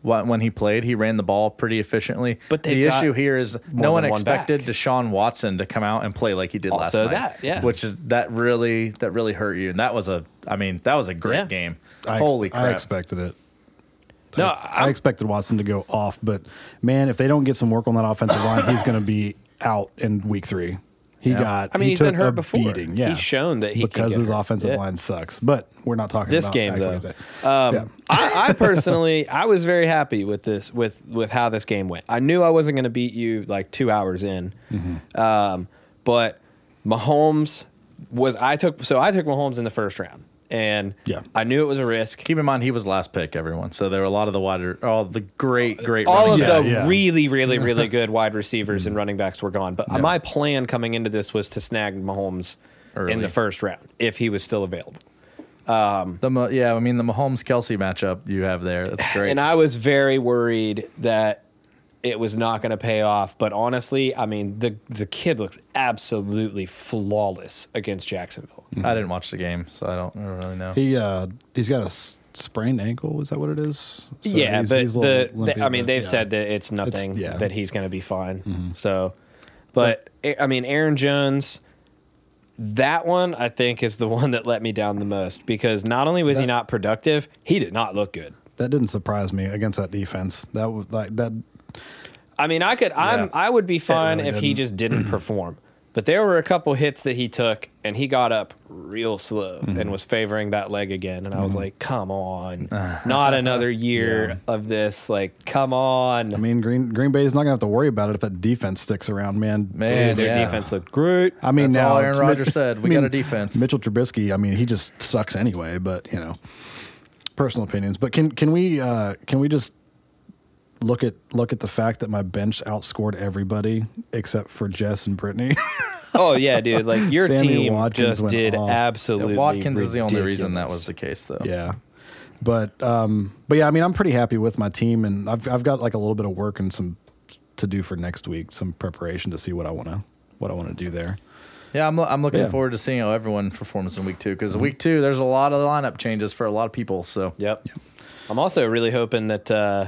[SPEAKER 3] wh- when he played. He ran the ball pretty efficiently.
[SPEAKER 2] But they've
[SPEAKER 3] the
[SPEAKER 2] got
[SPEAKER 3] issue here is no
[SPEAKER 2] than
[SPEAKER 3] one
[SPEAKER 2] one
[SPEAKER 3] expected
[SPEAKER 2] back.
[SPEAKER 3] Deshaun Watson to come out and play like he did
[SPEAKER 2] Also
[SPEAKER 3] last night.
[SPEAKER 2] that, yeah.
[SPEAKER 3] Which is that really that really hurt you. And that was a, I mean, that was a great
[SPEAKER 2] Yeah.
[SPEAKER 3] game.
[SPEAKER 1] I ex-
[SPEAKER 3] Holy
[SPEAKER 1] I
[SPEAKER 3] crap!
[SPEAKER 1] expected it.
[SPEAKER 2] No,
[SPEAKER 1] I ex- I
[SPEAKER 2] I'm-
[SPEAKER 1] expected Watson to go off, but man, if they don't get some work on that offensive line, he's going to be out in week three. He
[SPEAKER 3] Yeah.
[SPEAKER 1] got.
[SPEAKER 2] I mean,
[SPEAKER 1] he
[SPEAKER 2] he's
[SPEAKER 1] took
[SPEAKER 2] been hurt
[SPEAKER 1] a
[SPEAKER 2] before.
[SPEAKER 1] Beating. Yeah,
[SPEAKER 2] He's shown that he can
[SPEAKER 1] because
[SPEAKER 2] get
[SPEAKER 1] his
[SPEAKER 2] hurt.
[SPEAKER 1] offensive
[SPEAKER 2] Yeah.
[SPEAKER 1] line sucks. But we're not talking
[SPEAKER 2] this
[SPEAKER 1] about
[SPEAKER 2] game
[SPEAKER 1] actually
[SPEAKER 2] though.
[SPEAKER 1] today.
[SPEAKER 2] Um,
[SPEAKER 1] Yeah.
[SPEAKER 2] I, I personally, I was very happy with this with with how this game went. I knew I wasn't going to beat you like two hours in,
[SPEAKER 1] Mm-hmm.
[SPEAKER 2] um, but Mahomes was. I took so I took Mahomes in the first round, and
[SPEAKER 1] Yeah.
[SPEAKER 2] I knew it was a risk.
[SPEAKER 3] Keep in mind he was last pick, everyone. So there were a lot of the wider, all the great, great.
[SPEAKER 2] Uh, All of
[SPEAKER 3] running
[SPEAKER 2] the
[SPEAKER 3] backs.
[SPEAKER 1] yeah. Mm-hmm.
[SPEAKER 2] really, really, really good wide receivers and running backs were gone. But my plan coming into this was to snag Mahomes in
[SPEAKER 3] Early.
[SPEAKER 2] the first round if he was still available.
[SPEAKER 3] The Mo- yeah, I mean the Mahomes Kelsey matchup you have there. That's great.
[SPEAKER 2] And I was very worried that it was not going to pay off. But honestly, I mean, the the kid looked absolutely flawless against Jacksonville.
[SPEAKER 3] I didn't watch the game, so I don't really know.
[SPEAKER 1] He uh, he's got a s- sprained ankle. Is that what it is? So
[SPEAKER 2] yeah,
[SPEAKER 1] he's-
[SPEAKER 2] but
[SPEAKER 1] he's a little
[SPEAKER 2] the,
[SPEAKER 1] limpy,
[SPEAKER 2] the- I mean,
[SPEAKER 1] but
[SPEAKER 2] they've
[SPEAKER 1] yeah.
[SPEAKER 2] said that it's nothing
[SPEAKER 1] yeah. Mm-hmm.
[SPEAKER 2] that he's going to be fine. So, but A- I mean, Aaron Jones. That one I think is the one that let me down the most because not only was he
[SPEAKER 1] That-
[SPEAKER 2] not productive, he did not look good.
[SPEAKER 1] that didn't surprise me against that defense. That was like that.
[SPEAKER 2] I mean, I could. I'm.
[SPEAKER 3] Yeah.
[SPEAKER 2] I would be fine
[SPEAKER 1] really
[SPEAKER 2] if he
[SPEAKER 1] didn't.
[SPEAKER 2] just didn't perform. But there were a couple hits that he took, and he got up real slow
[SPEAKER 1] Mm-hmm.
[SPEAKER 2] and was favoring that leg again. And I was like, "Come on, not another year of this! Like, come on!"
[SPEAKER 1] I mean, Green Green Bay is not going to have to worry about it if that defense sticks around, man.
[SPEAKER 3] Man,
[SPEAKER 2] Dude, their
[SPEAKER 3] yeah.
[SPEAKER 2] defense looked great.
[SPEAKER 1] I mean,
[SPEAKER 3] That's
[SPEAKER 1] now
[SPEAKER 3] all Aaron
[SPEAKER 1] it's Mi-
[SPEAKER 3] Rodgers said.
[SPEAKER 1] I
[SPEAKER 3] We
[SPEAKER 1] mean,
[SPEAKER 3] got a defense.
[SPEAKER 1] Mitchell Trubisky. I mean, he just sucks anyway. But you know, personal opinions. But can can we uh, can we just look at look at the fact that my bench outscored everybody except for Jess and Brittany?
[SPEAKER 2] oh yeah, dude. Like your
[SPEAKER 1] Sammy
[SPEAKER 2] team
[SPEAKER 1] Watkins
[SPEAKER 2] just
[SPEAKER 1] went
[SPEAKER 2] did
[SPEAKER 1] off.
[SPEAKER 2] absolutely.
[SPEAKER 3] Watkins is the only reason that
[SPEAKER 2] ridiculous.
[SPEAKER 3] was the case, though.
[SPEAKER 1] yeah. But um, but yeah, I mean, I'm pretty happy with my team, and I've I've got like a little bit of work and some to do for next week, some preparation to see what I want to what I want to do there.
[SPEAKER 3] yeah. I'm, lo- I'm looking
[SPEAKER 1] Yeah. Mm-hmm.
[SPEAKER 3] forward to seeing how everyone performs in week two because week two there's a lot of lineup changes for a lot of people. So
[SPEAKER 2] Yep. I'm also really hoping that uh,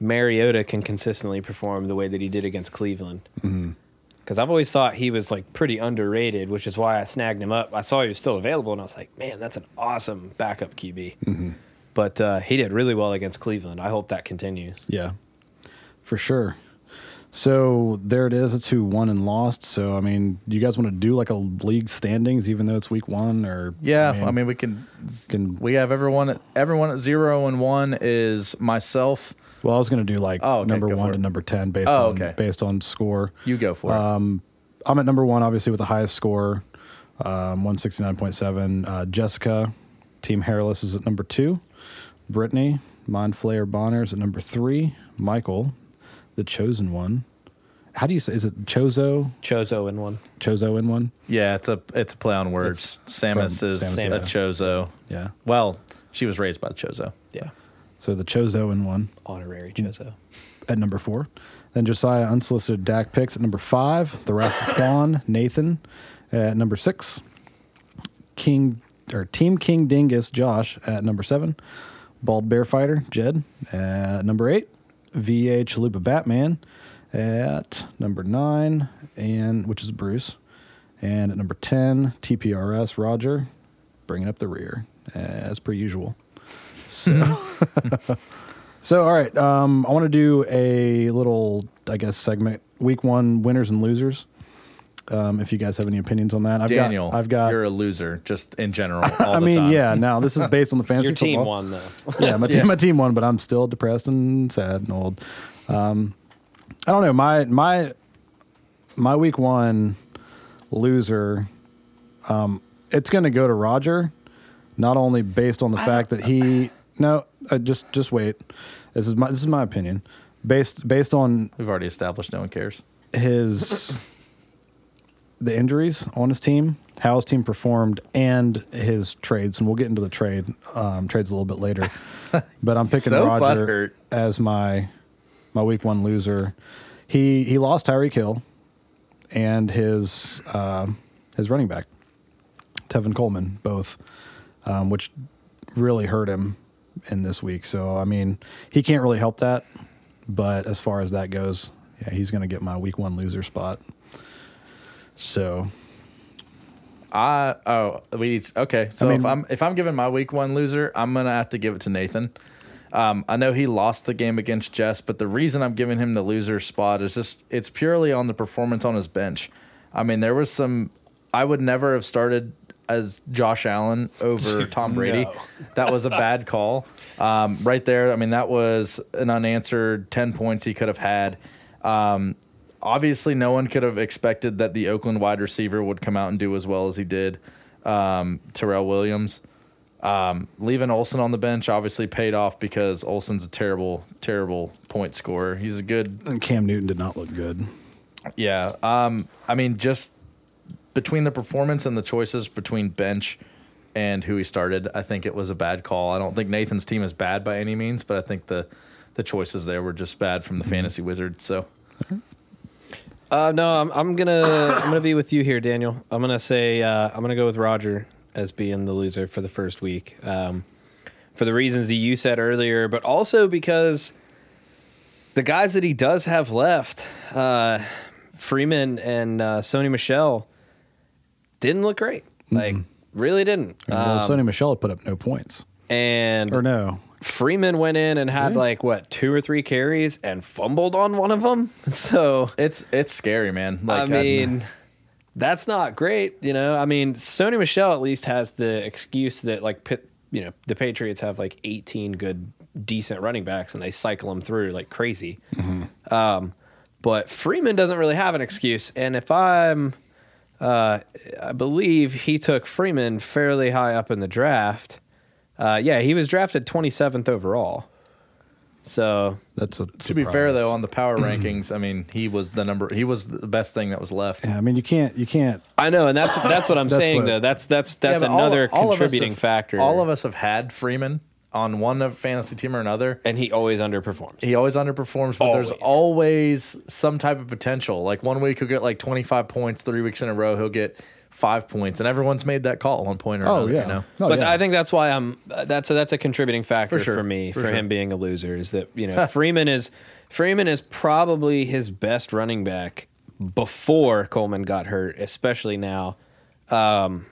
[SPEAKER 2] Mariota can consistently perform the way that he did against Cleveland. Because I've always thought he was like pretty underrated, which is why I snagged him up. I saw he was still available, and I was like, man, that's an awesome backup QB. But uh, he did really well against Cleveland. I hope that continues.
[SPEAKER 1] Yeah, for sure. So there it is. It's who won and lost. So I mean, do you guys want to do like a league standings, even though it's week one, or
[SPEAKER 3] yeah, I mean, we can,
[SPEAKER 1] can-
[SPEAKER 3] we have everyone at, everyone at zero and one is myself.
[SPEAKER 1] well, I was gonna do like
[SPEAKER 3] Oh, okay,
[SPEAKER 1] number
[SPEAKER 3] go
[SPEAKER 1] one
[SPEAKER 3] for
[SPEAKER 1] to
[SPEAKER 3] it.
[SPEAKER 1] number ten based
[SPEAKER 3] Oh,
[SPEAKER 1] on
[SPEAKER 3] okay.
[SPEAKER 1] based on score.
[SPEAKER 3] You go for
[SPEAKER 1] Um,
[SPEAKER 3] it.
[SPEAKER 1] I'm at number one, obviously with the highest score, um, one sixty nine point seven. Uh, Jessica, Team Hairless is at number two. Brittany, Mind Flayer Bonner's at number three. Michael, the chosen one. How do you say? Is it Chozo?
[SPEAKER 2] Chozo in one.
[SPEAKER 1] Chozo in one?
[SPEAKER 3] Yeah, it's a it's a play on words. Samus
[SPEAKER 1] from
[SPEAKER 3] is
[SPEAKER 1] Samus,
[SPEAKER 3] a
[SPEAKER 1] yeah.
[SPEAKER 3] Chozo.
[SPEAKER 1] Yeah.
[SPEAKER 3] Well, she was raised by the Chozo.
[SPEAKER 2] Yeah.
[SPEAKER 1] So the Chozo in one.
[SPEAKER 2] Honorary Chozo.
[SPEAKER 1] at number four. Then Josiah unsolicited Dak picks at number five. The Wrath of Kwan, Nathan at number six. King or Team King Dingus Josh at number seven. Bald Bear Fighter Jed at number eight. VA Chalupa Batman at number nine, and which is Bruce. And at number ten, TPRS Roger, bringing up the rear as per usual. So,
[SPEAKER 3] Hmm.
[SPEAKER 1] so all right. Um, I want to do a little, I guess, segment. Week one winners and losers. Um, if you guys have any opinions on that, I've
[SPEAKER 3] Daniel,
[SPEAKER 1] got, I've got
[SPEAKER 3] you're a loser just in general. All
[SPEAKER 1] I
[SPEAKER 3] the
[SPEAKER 1] mean,
[SPEAKER 3] time.
[SPEAKER 1] yeah. Now this is based on the fantasy
[SPEAKER 2] Your team
[SPEAKER 1] football.
[SPEAKER 2] won though.
[SPEAKER 1] Yeah, my team, my team won, but I'm still depressed and sad and old. Um, I don't know. My my my week one loser. Um, it's going to go to Roger, not only based on the fact that he no, uh, just just wait. This is my this is my opinion. Based based on
[SPEAKER 3] We've already established no one cares.
[SPEAKER 1] his the injuries on his team, how his team performed, and his trades. And we'll get into the trade um, trades a little bit later. But I'm picking
[SPEAKER 3] So
[SPEAKER 1] Roger
[SPEAKER 3] butthurt.
[SPEAKER 1] as my my week one loser. He he lost Tyreek Hill and his um his running back Tevin Coleman both, um, which really hurt him in this week. So I mean, he can't really help that. But as far as that goes, yeah, he's going to get my week one loser spot. So
[SPEAKER 3] I oh we each okay. So
[SPEAKER 1] mean-
[SPEAKER 3] if I'm if I'm giving my week one loser, I'm gonna have to give it to Nathan. Um, I know he lost the game against Jess, but the reason I'm giving him the loser spot is just it's purely on the performance on his bench. I mean, there was some I would never have started as Josh Allen over Tom Brady. That was a bad call. Um, right there, I mean, that was an unanswered ten points he could have had. Um, obviously no one could have expected that the Oakland wide receiver would come out and do as well as he did. Um, Terrell Williams, um, leaving Olson on the bench obviously paid off because Olson's a terrible, terrible point scorer. He's a good
[SPEAKER 1] and Cam Newton did not look good.
[SPEAKER 3] yeah. Um, I mean, just between the performance and the choices between bench and who he started, I think it was a bad call. I don't think Nathan's team is bad by any means, but I think the the choices there were just bad from the
[SPEAKER 2] Mm-hmm.
[SPEAKER 3] fantasy wizard. So
[SPEAKER 2] Uh, no, I'm, I'm gonna I'm gonna be with you here, Daniel. I'm gonna say uh, I'm gonna go with Roger as being the loser for the first week, um, for the reasons that you said earlier, but also because the guys that he does have left, uh, Freeman and uh, Sony Michelle, didn't look great. Like really didn't.
[SPEAKER 1] well,
[SPEAKER 2] Um,
[SPEAKER 1] Sonny Michelle put up no points.
[SPEAKER 2] and
[SPEAKER 1] Or no.
[SPEAKER 2] Freeman went in and had like what two or three carries and fumbled on one of them. So
[SPEAKER 3] it's it's scary, man. Like
[SPEAKER 2] I mean, that's not great, you know. I mean, Sony Michelle at least has the excuse that like, Pit- you know, the Patriots have like 18 good, decent running backs, and they cycle them through like crazy. Um, but Freeman doesn't really have an excuse, and if I'm, uh, I believe he took Freeman fairly high up in the draft. Uh, yeah, he was drafted 27th overall. So
[SPEAKER 1] That's a
[SPEAKER 3] to be fair though on the power rankings i mean he was the number he was the best thing that was left
[SPEAKER 1] Yeah, I mean, you can't you can't
[SPEAKER 2] I know, and that's that's what I'm
[SPEAKER 1] That's
[SPEAKER 2] saying
[SPEAKER 1] what-
[SPEAKER 2] though. That's that's that's
[SPEAKER 3] Yeah, but all-
[SPEAKER 2] another
[SPEAKER 3] all of us
[SPEAKER 2] contributing
[SPEAKER 3] have-
[SPEAKER 2] factor.
[SPEAKER 3] all of us have had freeman on one of fantasy team or another
[SPEAKER 2] and he always underperforms.
[SPEAKER 3] he always underperforms but there's always some type of potential like one week he'll get like 25 points three weeks in a row he'll get five points and everyone's made that call at one point or
[SPEAKER 1] Oh
[SPEAKER 3] another
[SPEAKER 1] yeah.
[SPEAKER 3] you know
[SPEAKER 1] No,
[SPEAKER 2] but
[SPEAKER 1] yeah.
[SPEAKER 2] I think that's why I'm. uh, That's a, that's a contributing factor for,
[SPEAKER 3] sure,
[SPEAKER 2] me for,
[SPEAKER 3] for sure.
[SPEAKER 2] him being a loser is that you know Freeman is Freeman is probably his best running back before Coleman got hurt, especially now. Um,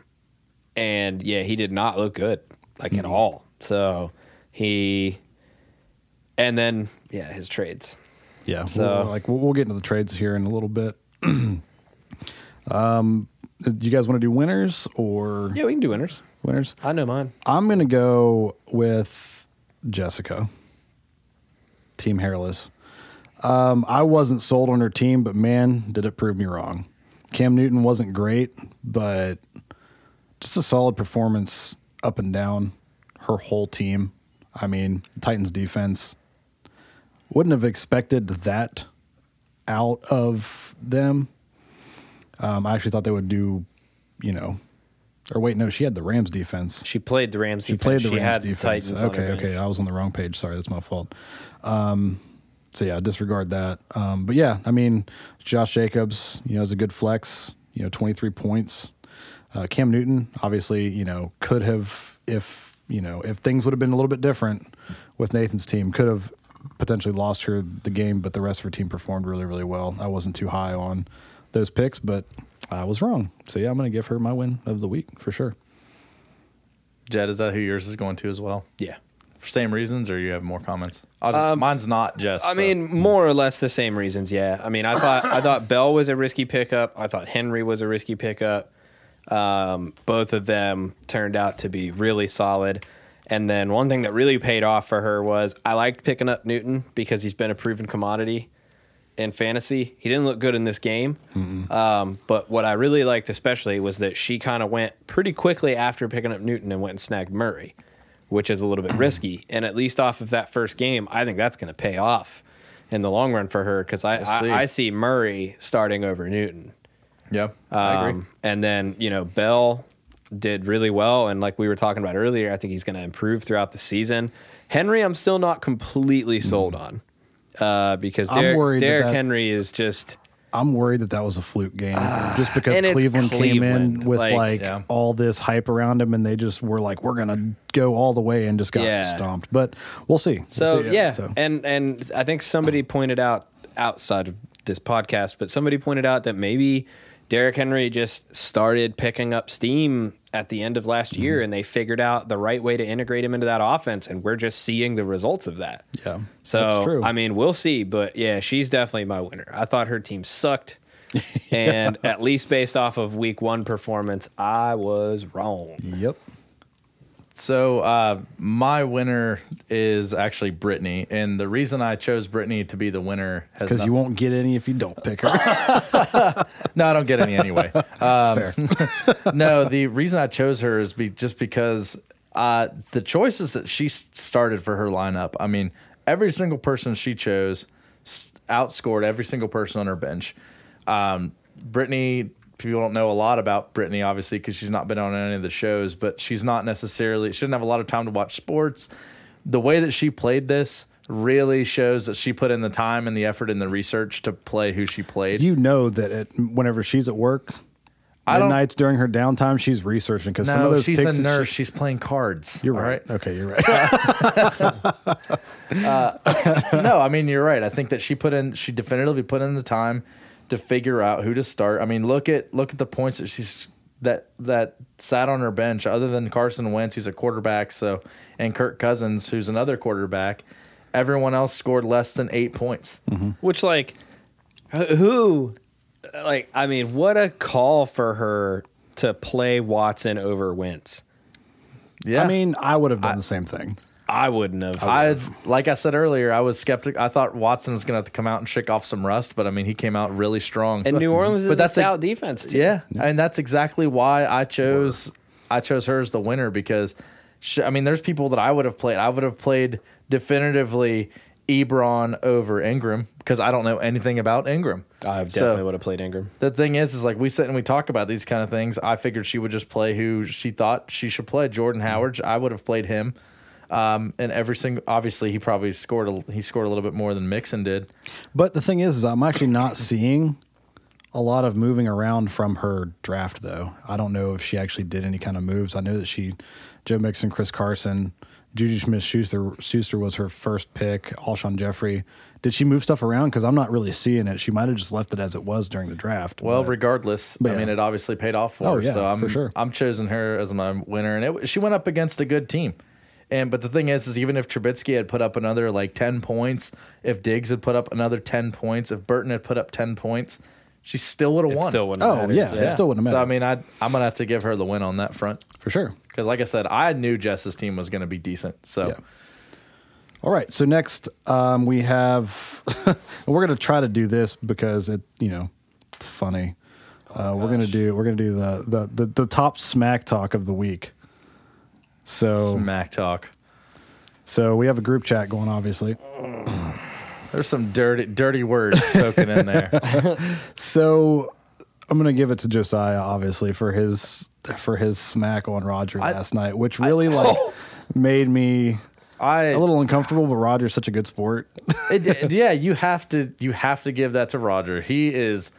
[SPEAKER 2] and yeah, he did not look good like
[SPEAKER 3] Mm-hmm.
[SPEAKER 2] at all. So he, and then yeah, his trades.
[SPEAKER 1] Yeah.
[SPEAKER 2] So-
[SPEAKER 1] we'll, like we'll, we'll get into the trades here in a little bit. um, do you guys want to do winners or
[SPEAKER 2] Yeah, we can do winners.
[SPEAKER 1] winners?
[SPEAKER 2] I know mine.
[SPEAKER 1] I'm gonna go with Jessica. Team hairless. Um, I wasn't sold on her team, but man, did it prove me wrong. Cam Newton wasn't great, but just a solid performance up and down. Her whole team. I mean, Titans defense wouldn't have expected that out of them. Um, I actually thought they would do, you know, or wait, no, she had the Rams defense.
[SPEAKER 2] She played the Rams.
[SPEAKER 1] She played the Rams
[SPEAKER 2] had
[SPEAKER 1] defense.
[SPEAKER 2] The Titans
[SPEAKER 1] okay,
[SPEAKER 2] on her
[SPEAKER 1] okay,
[SPEAKER 2] bench.
[SPEAKER 1] I was on the wrong page. Sorry, that's my fault. Um, so yeah, disregard that. Um, but yeah, I mean, Josh Jacobs, you know, is a good flex. You know, twenty three points. Uh, Cam Newton, obviously, you know, could have if you know if things would have been a little bit different with Nathan's team, could have potentially lost her the game, but the rest of her team performed really, really well. I wasn't too high on those picks, but I was wrong. So yeah, I'm going to give her my win of the week for sure.
[SPEAKER 3] Jed, is that who yours is going to as well?
[SPEAKER 2] Yeah.
[SPEAKER 3] For same reasons, or you have more comments? I'll just- mine's not Jess.
[SPEAKER 2] Um, I
[SPEAKER 3] so-
[SPEAKER 2] mean, more or less the same reasons. Yeah. I mean, I thought I thought Bell was a risky pickup. I thought Henry was a risky pickup. Um, both of them turned out to be really solid. And then one thing that really paid off for her was I liked picking up Newton because he's been a proven commodity in fantasy. He didn't look good in this game. Um, but what I really liked, especially, was that she kind of went pretty quickly after picking up Newton and went and snagged Murray, which is a little bit risky. And at least off of that first game, I think that's going to pay off in the long run for her because I,
[SPEAKER 3] We'll see.
[SPEAKER 2] I, I see Murray starting over Newton.
[SPEAKER 3] yeah, I agree.
[SPEAKER 2] Um, and then, you know, Bell did really well. And like we were talking about earlier, I think he's going to improve throughout the season. Henry, I'm still not completely sold on uh, because
[SPEAKER 1] Hmm. I'm
[SPEAKER 2] Derek,
[SPEAKER 1] worried that
[SPEAKER 2] Derrick
[SPEAKER 1] that-
[SPEAKER 2] Henry is just.
[SPEAKER 1] I'm worried that that was a fluke game, just because
[SPEAKER 2] and it's
[SPEAKER 1] Cleveland, came in
[SPEAKER 2] Cleveland,
[SPEAKER 1] with like,
[SPEAKER 2] like-
[SPEAKER 3] Yeah.
[SPEAKER 1] all this hype around him, and they just were like, "We're gonna go all the way," and just got
[SPEAKER 2] Yeah.
[SPEAKER 1] stomped. But we'll see. We'll
[SPEAKER 2] So
[SPEAKER 1] see.
[SPEAKER 2] yeah,
[SPEAKER 1] So-
[SPEAKER 2] and and I think somebody pointed out outside of this podcast, but somebody pointed out that maybe Derrick Henry just started picking up steam at the end of last
[SPEAKER 1] Mm-hmm.
[SPEAKER 2] year, and they figured out the right way to integrate him into that offense, and we're just seeing the results of that.
[SPEAKER 1] yeah,
[SPEAKER 2] So
[SPEAKER 1] that's true.
[SPEAKER 2] I mean, we'll see, but yeah, she's definitely my winner. I thought her team sucked. and at least based off of week one performance, I was wrong.
[SPEAKER 1] yep.
[SPEAKER 3] So uh, my winner is actually Brittany, and the reason I chose Brittany to be the winner has
[SPEAKER 1] Because you
[SPEAKER 3] nothing-
[SPEAKER 1] won't get any if you don't pick her. Um,
[SPEAKER 3] No, I don't get any anyway.
[SPEAKER 1] Fair.
[SPEAKER 3] no, the reason I chose her is be just because uh, the choices that she s- started for her lineup. I mean, every single person she chose s- outscored every single person on her bench. Um, Brittany, people don't know a lot about Brittany, obviously, because she's not been on any of the shows, but she's not necessarily, she didn't have a lot of time to watch sports. The way that she played this really shows that she put in the time and the effort and the research to play who she played.
[SPEAKER 1] you know that it, whenever she's at work,
[SPEAKER 3] I don't-
[SPEAKER 1] midnights during her downtime, she's researching because some of
[SPEAKER 3] no,
[SPEAKER 1] those
[SPEAKER 3] she's
[SPEAKER 1] picks that
[SPEAKER 3] a nurse.
[SPEAKER 1] she-
[SPEAKER 3] she's playing cards.
[SPEAKER 1] you're
[SPEAKER 3] all
[SPEAKER 1] right. Okay, you're right.
[SPEAKER 3] no, I mean you're right. I think that she put in she definitively put in the time to figure out who to start. I mean, look at look at the points that she's that that sat on her bench other than Carson Wentz who's a quarterback, so and Kirk Cousins who's another quarterback. Everyone else scored less than 8 points.
[SPEAKER 1] Hmm.
[SPEAKER 2] Which, like, wh- who, like, I mean, what a call for her to play Watson over Wentz.
[SPEAKER 3] Yeah.
[SPEAKER 1] I mean, I would have done the same thing.
[SPEAKER 2] I wouldn't have.
[SPEAKER 3] I like I said earlier, I was skeptic. I thought Watson was going to have to come out and shake off some rust, but I mean, he came out really strong.
[SPEAKER 2] and
[SPEAKER 3] So-
[SPEAKER 2] New Orleans is
[SPEAKER 3] but
[SPEAKER 2] a
[SPEAKER 3] that's
[SPEAKER 2] stout defense team.
[SPEAKER 3] Yeah, and that's exactly why I chose I chose her as the winner because sh I mean, there's people that I would have played. I would have played definitively Ebron over Ingram because I don't know anything about Ingram.
[SPEAKER 2] I
[SPEAKER 3] So,
[SPEAKER 2] definitely would have played Ingram.
[SPEAKER 3] the thing is, is like we sit and we talk about these kind of things. I figured she would just play who she thought she should play. Jordan
[SPEAKER 2] Mm-hmm.
[SPEAKER 3] Howard, I would have played him. Um, and every single, obviously, he probably scored. A, he scored a little bit more than Mixon did.
[SPEAKER 1] But the thing is, is I'm actually not seeing a lot of moving around from her draft, though. I don't know if she actually did any kind of moves. I know that she, Joe Mixon, Chris Carson, Juju Smith Schuster, Schuster was her first pick, Alshon Jeffrey. Did she move stuff around? Because I'm not really seeing it. She might have just left it as it was during the draft.
[SPEAKER 3] Well,
[SPEAKER 1] but-
[SPEAKER 3] regardless,
[SPEAKER 1] but
[SPEAKER 3] I
[SPEAKER 1] yeah.
[SPEAKER 3] mean, it obviously paid off for
[SPEAKER 1] Oh,
[SPEAKER 3] her.
[SPEAKER 1] yeah,
[SPEAKER 3] so I'm
[SPEAKER 1] for sure.
[SPEAKER 3] I'm choosing her as my winner, and it, w- she went up against a good team. And but the thing is, is even if Trubisky had put up another like ten points, if Diggs had put up another ten points, if Burton had put up ten points, she still would have
[SPEAKER 2] It
[SPEAKER 3] won.
[SPEAKER 2] still wouldn't
[SPEAKER 1] Oh,
[SPEAKER 2] matter.
[SPEAKER 1] yeah. It still wouldn't have
[SPEAKER 3] So I
[SPEAKER 1] mattered.
[SPEAKER 3] mean, I I'm gonna have to give her the win on that front
[SPEAKER 1] for sure.
[SPEAKER 3] because, like I said, I knew Jess's team was gonna be decent. So
[SPEAKER 1] Yeah. All right. So next, um, we have, and we're gonna try to do this because it, you know, it's funny. Uh, we're gonna do we're gonna do the, the the the top smack talk of the week. So
[SPEAKER 3] smack talk.
[SPEAKER 1] so we have a group chat going, obviously.
[SPEAKER 3] There's some dirty dirty words spoken in there.
[SPEAKER 1] So I'm gonna give it to Josiah, obviously, for his for his smack on Roger last night, which really like made me
[SPEAKER 3] I
[SPEAKER 1] A little uncomfortable, but Roger's such a good sport.
[SPEAKER 3] it, it- yeah, you have to you have to give that to Roger. He is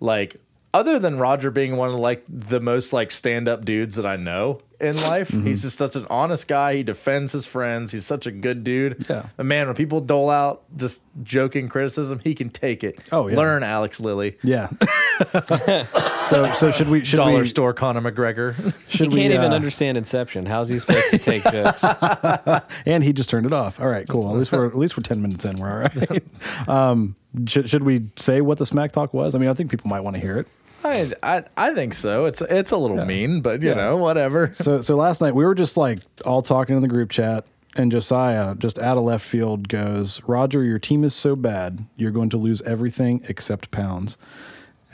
[SPEAKER 3] like other than Roger being one of like the most like stand up dudes that I know in life.
[SPEAKER 1] Mm-hmm.
[SPEAKER 3] He's just such an honest guy. He defends his friends. He's such a good dude.
[SPEAKER 1] Yeah.
[SPEAKER 3] But man, when people dole out just joking criticism, he can take it.
[SPEAKER 1] Oh, yeah.
[SPEAKER 3] Learn Alex Lilly.
[SPEAKER 1] Yeah. so so should we should
[SPEAKER 3] Dollar
[SPEAKER 1] we,
[SPEAKER 3] store Conor McGregor.
[SPEAKER 1] should
[SPEAKER 2] He
[SPEAKER 1] we
[SPEAKER 2] can't even
[SPEAKER 1] uh,
[SPEAKER 2] understand Inception. How's he supposed to take jokes?
[SPEAKER 1] and he just turned it off. All right, cool. At least we're at least we're ten minutes in. We're all right. um, should, should we say what the smack talk was? I mean, I think people might want to hear it.
[SPEAKER 3] I, I I think so. It's it's a little mean, but you
[SPEAKER 1] Yeah.
[SPEAKER 3] know whatever.
[SPEAKER 1] So so last night we were just like all talking in the group chat, and Josiah just out of left field goes, Roger, your team is so bad, you're going to lose everything except pounds.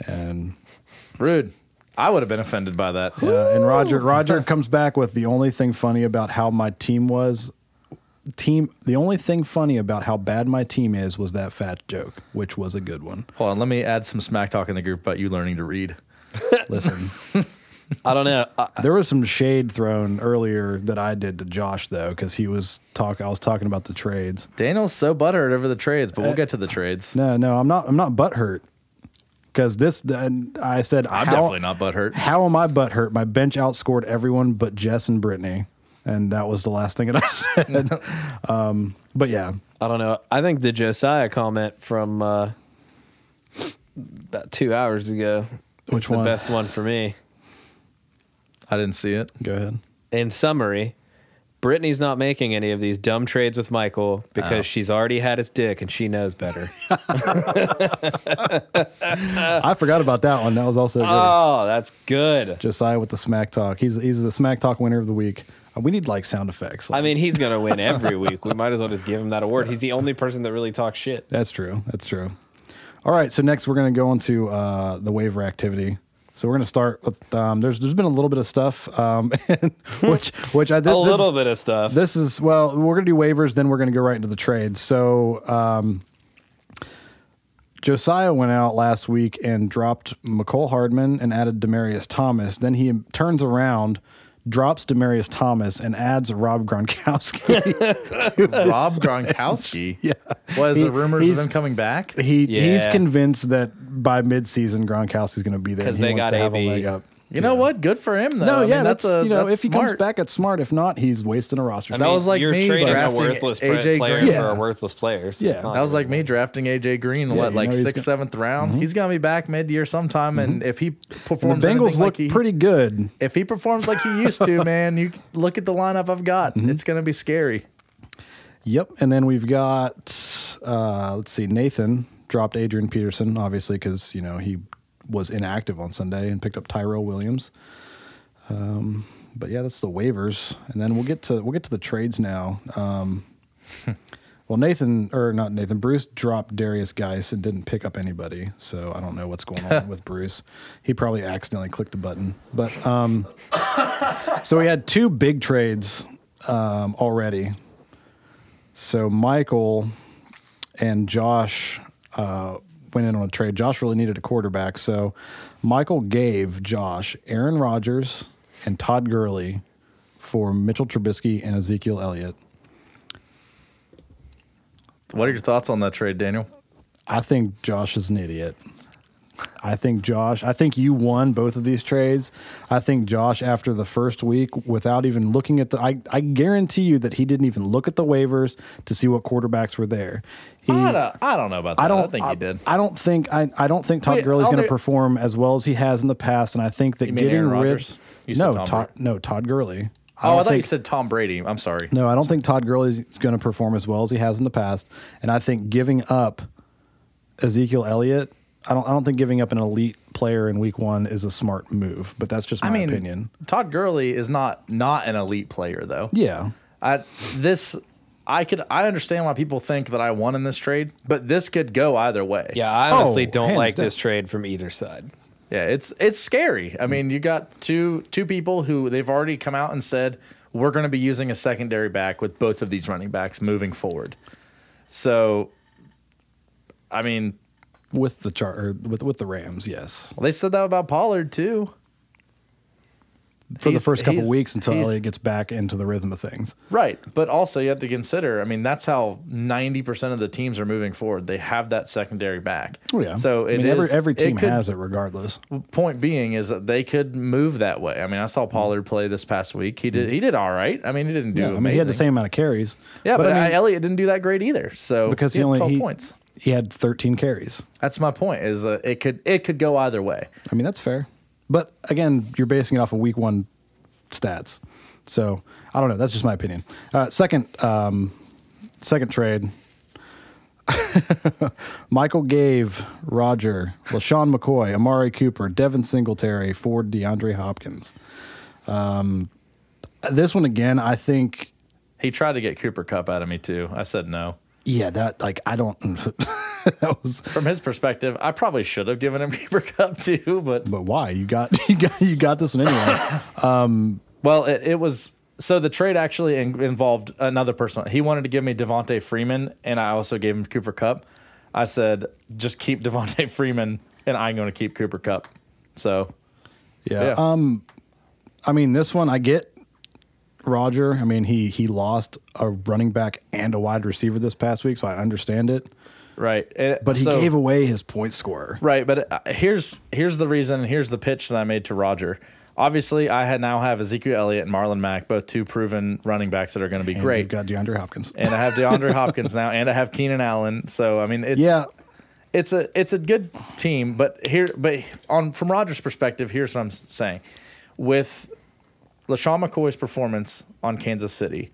[SPEAKER 1] And
[SPEAKER 3] Rude. I would have been offended by that.
[SPEAKER 1] Yeah, Uh, and Roger Roger comes back with the only thing funny about how my team was team the only thing funny about how bad my team is was that fat joke, which was a good one.
[SPEAKER 3] Hold on, let me add some smack talk in the group about you learning to read.
[SPEAKER 1] Listen,
[SPEAKER 2] I don't know. I,
[SPEAKER 1] there was some shade thrown earlier that I did to Josh though cuz he was talk I was talking about the trades.
[SPEAKER 3] Daniel's so buttered over the trades, but we'll get to the trades.
[SPEAKER 1] Uh, No, no, I'm not I'm not butthurt. Cuz this and I said
[SPEAKER 3] I'm
[SPEAKER 1] how-
[SPEAKER 3] definitely not butthurt.
[SPEAKER 1] How am I butthurt? My bench outscored everyone but Jess and Brittany. And that was the last thing that I said. um, but yeah,
[SPEAKER 2] I don't know. I think the Josiah comment from uh, about two hours ago
[SPEAKER 1] Which
[SPEAKER 2] was the
[SPEAKER 1] one?
[SPEAKER 2] best one for me.
[SPEAKER 3] I didn't see it.
[SPEAKER 1] Go ahead.
[SPEAKER 2] In summary, Brittany's not making any of these dumb trades with Michael because
[SPEAKER 3] Oh.
[SPEAKER 2] she's already had his dick and she knows better.
[SPEAKER 1] I forgot about that one. That was also good.
[SPEAKER 2] oh, that's good.
[SPEAKER 1] Josiah with the smack talk. He's he's the smack talk winner of the week. Uh, We need like sound effects.
[SPEAKER 2] I
[SPEAKER 1] Like,
[SPEAKER 2] mean, he's gonna win every week. We might as well just give him that award. He's the only person that really talks shit.
[SPEAKER 1] that's true. That's true. All right. So next we're going to go into uh, the waiver activity. So we're going to start with um, there's there's been a little bit of stuff, um, which which I did
[SPEAKER 2] A little bit of stuff.
[SPEAKER 1] This is well, we're gonna do waivers, then we're gonna go right into the trade. So um Josiah went out last week and dropped McCole Hardman and added Demarius Thomas. Then he turns around, drops Demarius Thomas, and adds Rob Gronkowski.
[SPEAKER 3] Rob Gronkowski. yeah. Was
[SPEAKER 1] He-
[SPEAKER 3] the rumors of
[SPEAKER 1] he's-
[SPEAKER 3] him coming back?
[SPEAKER 1] he he's
[SPEAKER 2] Yeah.
[SPEAKER 1] convinced that by midseason Gronkowski's gonna be there.
[SPEAKER 2] 'Cause
[SPEAKER 1] and he
[SPEAKER 2] they
[SPEAKER 1] wants
[SPEAKER 2] got
[SPEAKER 1] to have a
[SPEAKER 2] AB.
[SPEAKER 1] leg up.
[SPEAKER 3] You know what? Good for him though.
[SPEAKER 1] No,
[SPEAKER 3] I mean,
[SPEAKER 1] yeah, that's,
[SPEAKER 3] a-
[SPEAKER 1] you know,
[SPEAKER 3] that's
[SPEAKER 1] if he comes
[SPEAKER 3] smart.
[SPEAKER 1] back, it's smart. If not, he's wasting a roster.
[SPEAKER 2] I
[SPEAKER 1] spot.
[SPEAKER 2] mean,
[SPEAKER 3] was like
[SPEAKER 2] you're
[SPEAKER 3] me
[SPEAKER 2] trading a
[SPEAKER 3] drafting
[SPEAKER 2] worthless pra-
[SPEAKER 3] AJ
[SPEAKER 2] player
[SPEAKER 3] Green.
[SPEAKER 2] for
[SPEAKER 1] Yeah.
[SPEAKER 2] a worthless player. So
[SPEAKER 1] Yeah.
[SPEAKER 2] it's not
[SPEAKER 1] That
[SPEAKER 3] That was like me drafting AJ Green, what,
[SPEAKER 1] you
[SPEAKER 3] like
[SPEAKER 1] know he's
[SPEAKER 3] sixth,
[SPEAKER 1] gonna- Mm-hmm.
[SPEAKER 3] seventh round. He's gonna be back mid year sometime and if he
[SPEAKER 1] the
[SPEAKER 3] performs
[SPEAKER 1] Bengals
[SPEAKER 3] anything
[SPEAKER 1] look
[SPEAKER 3] like he,
[SPEAKER 1] pretty good.
[SPEAKER 3] if he performs like he used to, man, you look at the lineup I've got.
[SPEAKER 1] Mm-hmm.
[SPEAKER 3] It's gonna be scary.
[SPEAKER 1] Yep. And then we've got, uh, let's see, Nathan dropped Adrian Peterson, obviously, because, you know, he was inactive on Sunday and picked up Tyrell Williams. Um, but yeah, that's the waivers. And then we'll get to, we'll get to the trades now. Um, well, Nathan, or not Nathan, Bruce dropped Darius Geis and didn't pick up anybody. So I don't know what's going on with Bruce. He probably accidentally clicked a button. But, um, so we had two big trades, um, already. So Michael and Josh uh, went in on a trade. Josh really needed a quarterback, so Michael gave Josh Aaron Rodgers and Todd Gurley for Mitchell Trubisky and Ezekiel Elliott.
[SPEAKER 3] What are your thoughts on that trade, Daniel?
[SPEAKER 1] I think Josh is an idiot. I think Josh, I think you won both of these trades. I think Josh, after the first week, without even looking at the, I, I guarantee you that he didn't even look at the waivers to see what quarterbacks were there. He,
[SPEAKER 3] I don't, I don't know about that. I
[SPEAKER 1] I don't
[SPEAKER 3] think he did. Oh,
[SPEAKER 1] I don't think I, I don't think Todd
[SPEAKER 3] Wait,
[SPEAKER 1] Gurley's
[SPEAKER 3] all
[SPEAKER 1] going
[SPEAKER 3] they-
[SPEAKER 1] to perform as well as he has in the past, and I think that
[SPEAKER 3] You mean
[SPEAKER 1] getting
[SPEAKER 3] Aaron
[SPEAKER 1] rid.
[SPEAKER 3] Rodgers? You said
[SPEAKER 1] no,
[SPEAKER 3] Tom
[SPEAKER 1] Todd. No, Todd Gurley.
[SPEAKER 3] oh, I
[SPEAKER 1] don't
[SPEAKER 3] thought you
[SPEAKER 1] think-
[SPEAKER 3] said Tom Brady. I'm sorry.
[SPEAKER 1] No, I don't think Todd Gurley's going to perform as well as he has in the past, and I think giving up Ezekiel Elliott. I don't. I don't think giving up an elite player in Week One is a smart move, but that's just my
[SPEAKER 3] I mean,
[SPEAKER 1] opinion.
[SPEAKER 3] Todd Gurley is not not an elite player though.
[SPEAKER 1] Yeah.
[SPEAKER 3] I this I could I understand why people think that I won in this trade, but this could go either way.
[SPEAKER 2] Yeah, I honestly
[SPEAKER 1] Oh,
[SPEAKER 2] don't
[SPEAKER 1] hands
[SPEAKER 2] like
[SPEAKER 1] down.
[SPEAKER 2] this trade from either side.
[SPEAKER 3] Yeah, it's it's scary. I mean, you got two two people who they've already come out and said we're going to be using a secondary back with both of these running backs moving forward. So I mean,
[SPEAKER 1] With the chart, with with the Rams, yes.
[SPEAKER 3] well, they said that about Pollard too.
[SPEAKER 1] for the
[SPEAKER 3] He's-
[SPEAKER 1] first couple
[SPEAKER 3] he's-
[SPEAKER 1] weeks until
[SPEAKER 3] he's-
[SPEAKER 1] Elliott gets back into the rhythm of things.
[SPEAKER 3] Right. But also, you have to consider I mean, that's how 90% of the teams are moving forward. They have that secondary back.
[SPEAKER 1] Oh yeah.
[SPEAKER 3] So
[SPEAKER 1] I
[SPEAKER 3] it
[SPEAKER 1] mean, every
[SPEAKER 3] is-
[SPEAKER 1] every
[SPEAKER 3] it
[SPEAKER 1] team
[SPEAKER 3] could-
[SPEAKER 1] has it regardless.
[SPEAKER 3] Point being is that they could move that way. I mean, I saw Pollard play this past week. He did. He did all right. I mean, he didn't do.
[SPEAKER 1] Mm-hmm. Yeah, I mean, he had the same amount of carries.
[SPEAKER 3] Yeah, but, uh,
[SPEAKER 1] I mean,
[SPEAKER 3] I- Elliott didn't do that great either. So
[SPEAKER 1] because
[SPEAKER 3] he,
[SPEAKER 1] he
[SPEAKER 3] had
[SPEAKER 1] only
[SPEAKER 3] 12
[SPEAKER 1] he,
[SPEAKER 3] points.
[SPEAKER 1] he had 13 carries.
[SPEAKER 3] That's my point. Is that it could it could go either way.
[SPEAKER 1] I mean, that's fair. But again, you're basing it off of week one stats. So I don't know. That's just my opinion. Uh, second, um, second trade. Michael gave Roger, LaShawn McCoy, Amari Cooper, Devin Singletary for DeAndre Hopkins. Um, this one again, I think,
[SPEAKER 3] He tried to get Cooper Cup out of me too. I said no.
[SPEAKER 1] yeah, that like I don't. that was,
[SPEAKER 3] From his perspective, I probably should have given him Cooper Cup too. But
[SPEAKER 1] but why you got you got you got this one anyway?
[SPEAKER 3] well, it, it was so the trade actually in, involved another person. He wanted to give me Devonte Freeman, and I also gave him Cooper Cup. I said just keep Devonte Freeman, and I'm going to keep Cooper Cup. So yeah.
[SPEAKER 1] yeah. Um, I mean, this one I get Roger. I mean, he he lost a running back and a wide receiver this past week, so I understand it.
[SPEAKER 3] right. It-
[SPEAKER 1] But he
[SPEAKER 3] so-
[SPEAKER 1] gave away his point scorer.
[SPEAKER 3] Right, but uh, here's here's the reason. and Here's the pitch that I made to Roger. Obviously, I had now have Ezekiel Elliott and Marlon Mack, both two proven running backs that are going to be
[SPEAKER 1] And
[SPEAKER 3] great.
[SPEAKER 1] you've got DeAndre Hopkins.
[SPEAKER 3] and I have DeAndre Hopkins now, and I have Keenan Allen. So I mean, it's
[SPEAKER 1] yeah,
[SPEAKER 3] it's a it's a good team, but here but on from Rogers' perspective, here's what I'm s- saying. With LaShawn McCoy's performance on Kansas City,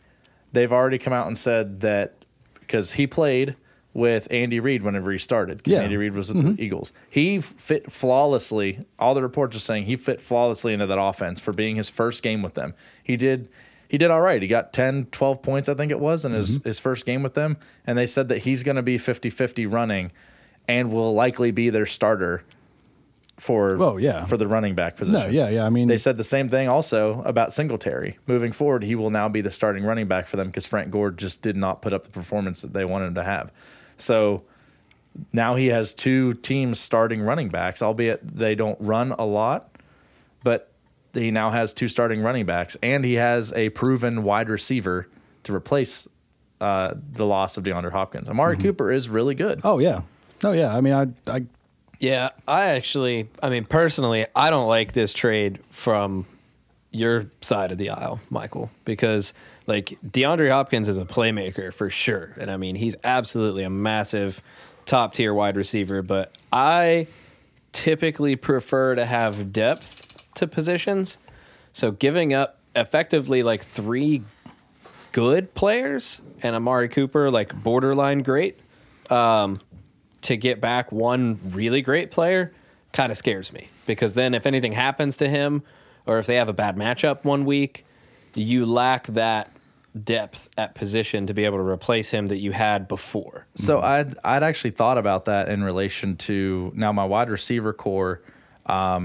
[SPEAKER 3] they've already come out and said that because he played with Andy Reid whenever he started. 'cause
[SPEAKER 1] Yeah. Mm-hmm.
[SPEAKER 3] Andy Reid was with the Eagles. He fit flawlessly. All the reports are saying he fit flawlessly into that offense for being his first game with them. He did he did all right. He got 10, 12 points, I think it was, in his,
[SPEAKER 1] Mm-hmm.
[SPEAKER 3] his first game with them. And they said that he's going to be 50 50 running and will likely be their starter for
[SPEAKER 1] Oh, yeah.
[SPEAKER 3] for the running back position.
[SPEAKER 1] no, yeah, yeah. I mean,
[SPEAKER 3] They said the same thing also about Singletary. Moving forward, he will now be the starting running back for them because Frank Gord just did not put up the performance that they wanted him to have. So now he has two teams starting running backs, albeit they don't run a lot, but he now has two starting running backs and he has a proven wide receiver to replace uh, the loss of DeAndre Hopkins. Amari Cooper is really good.
[SPEAKER 1] oh yeah, no, yeah. I mean, I, I
[SPEAKER 2] Yeah, I actually, I mean, personally, I don't like this trade from your side of the aisle, Michael, because like DeAndre Hopkins is a playmaker for sure. And I mean, he's absolutely a massive top tier wide receiver, but I typically prefer to have depth to positions. So giving up effectively like three good players and Amari Cooper, like borderline great, to get back one really great player kind of scares me because then if anything happens to him or if they have a bad matchup one week, you lack that depth at position to be able to replace him that you had before.
[SPEAKER 3] So I'd I'd actually thought about that in relation to now my wide receiver core. Um,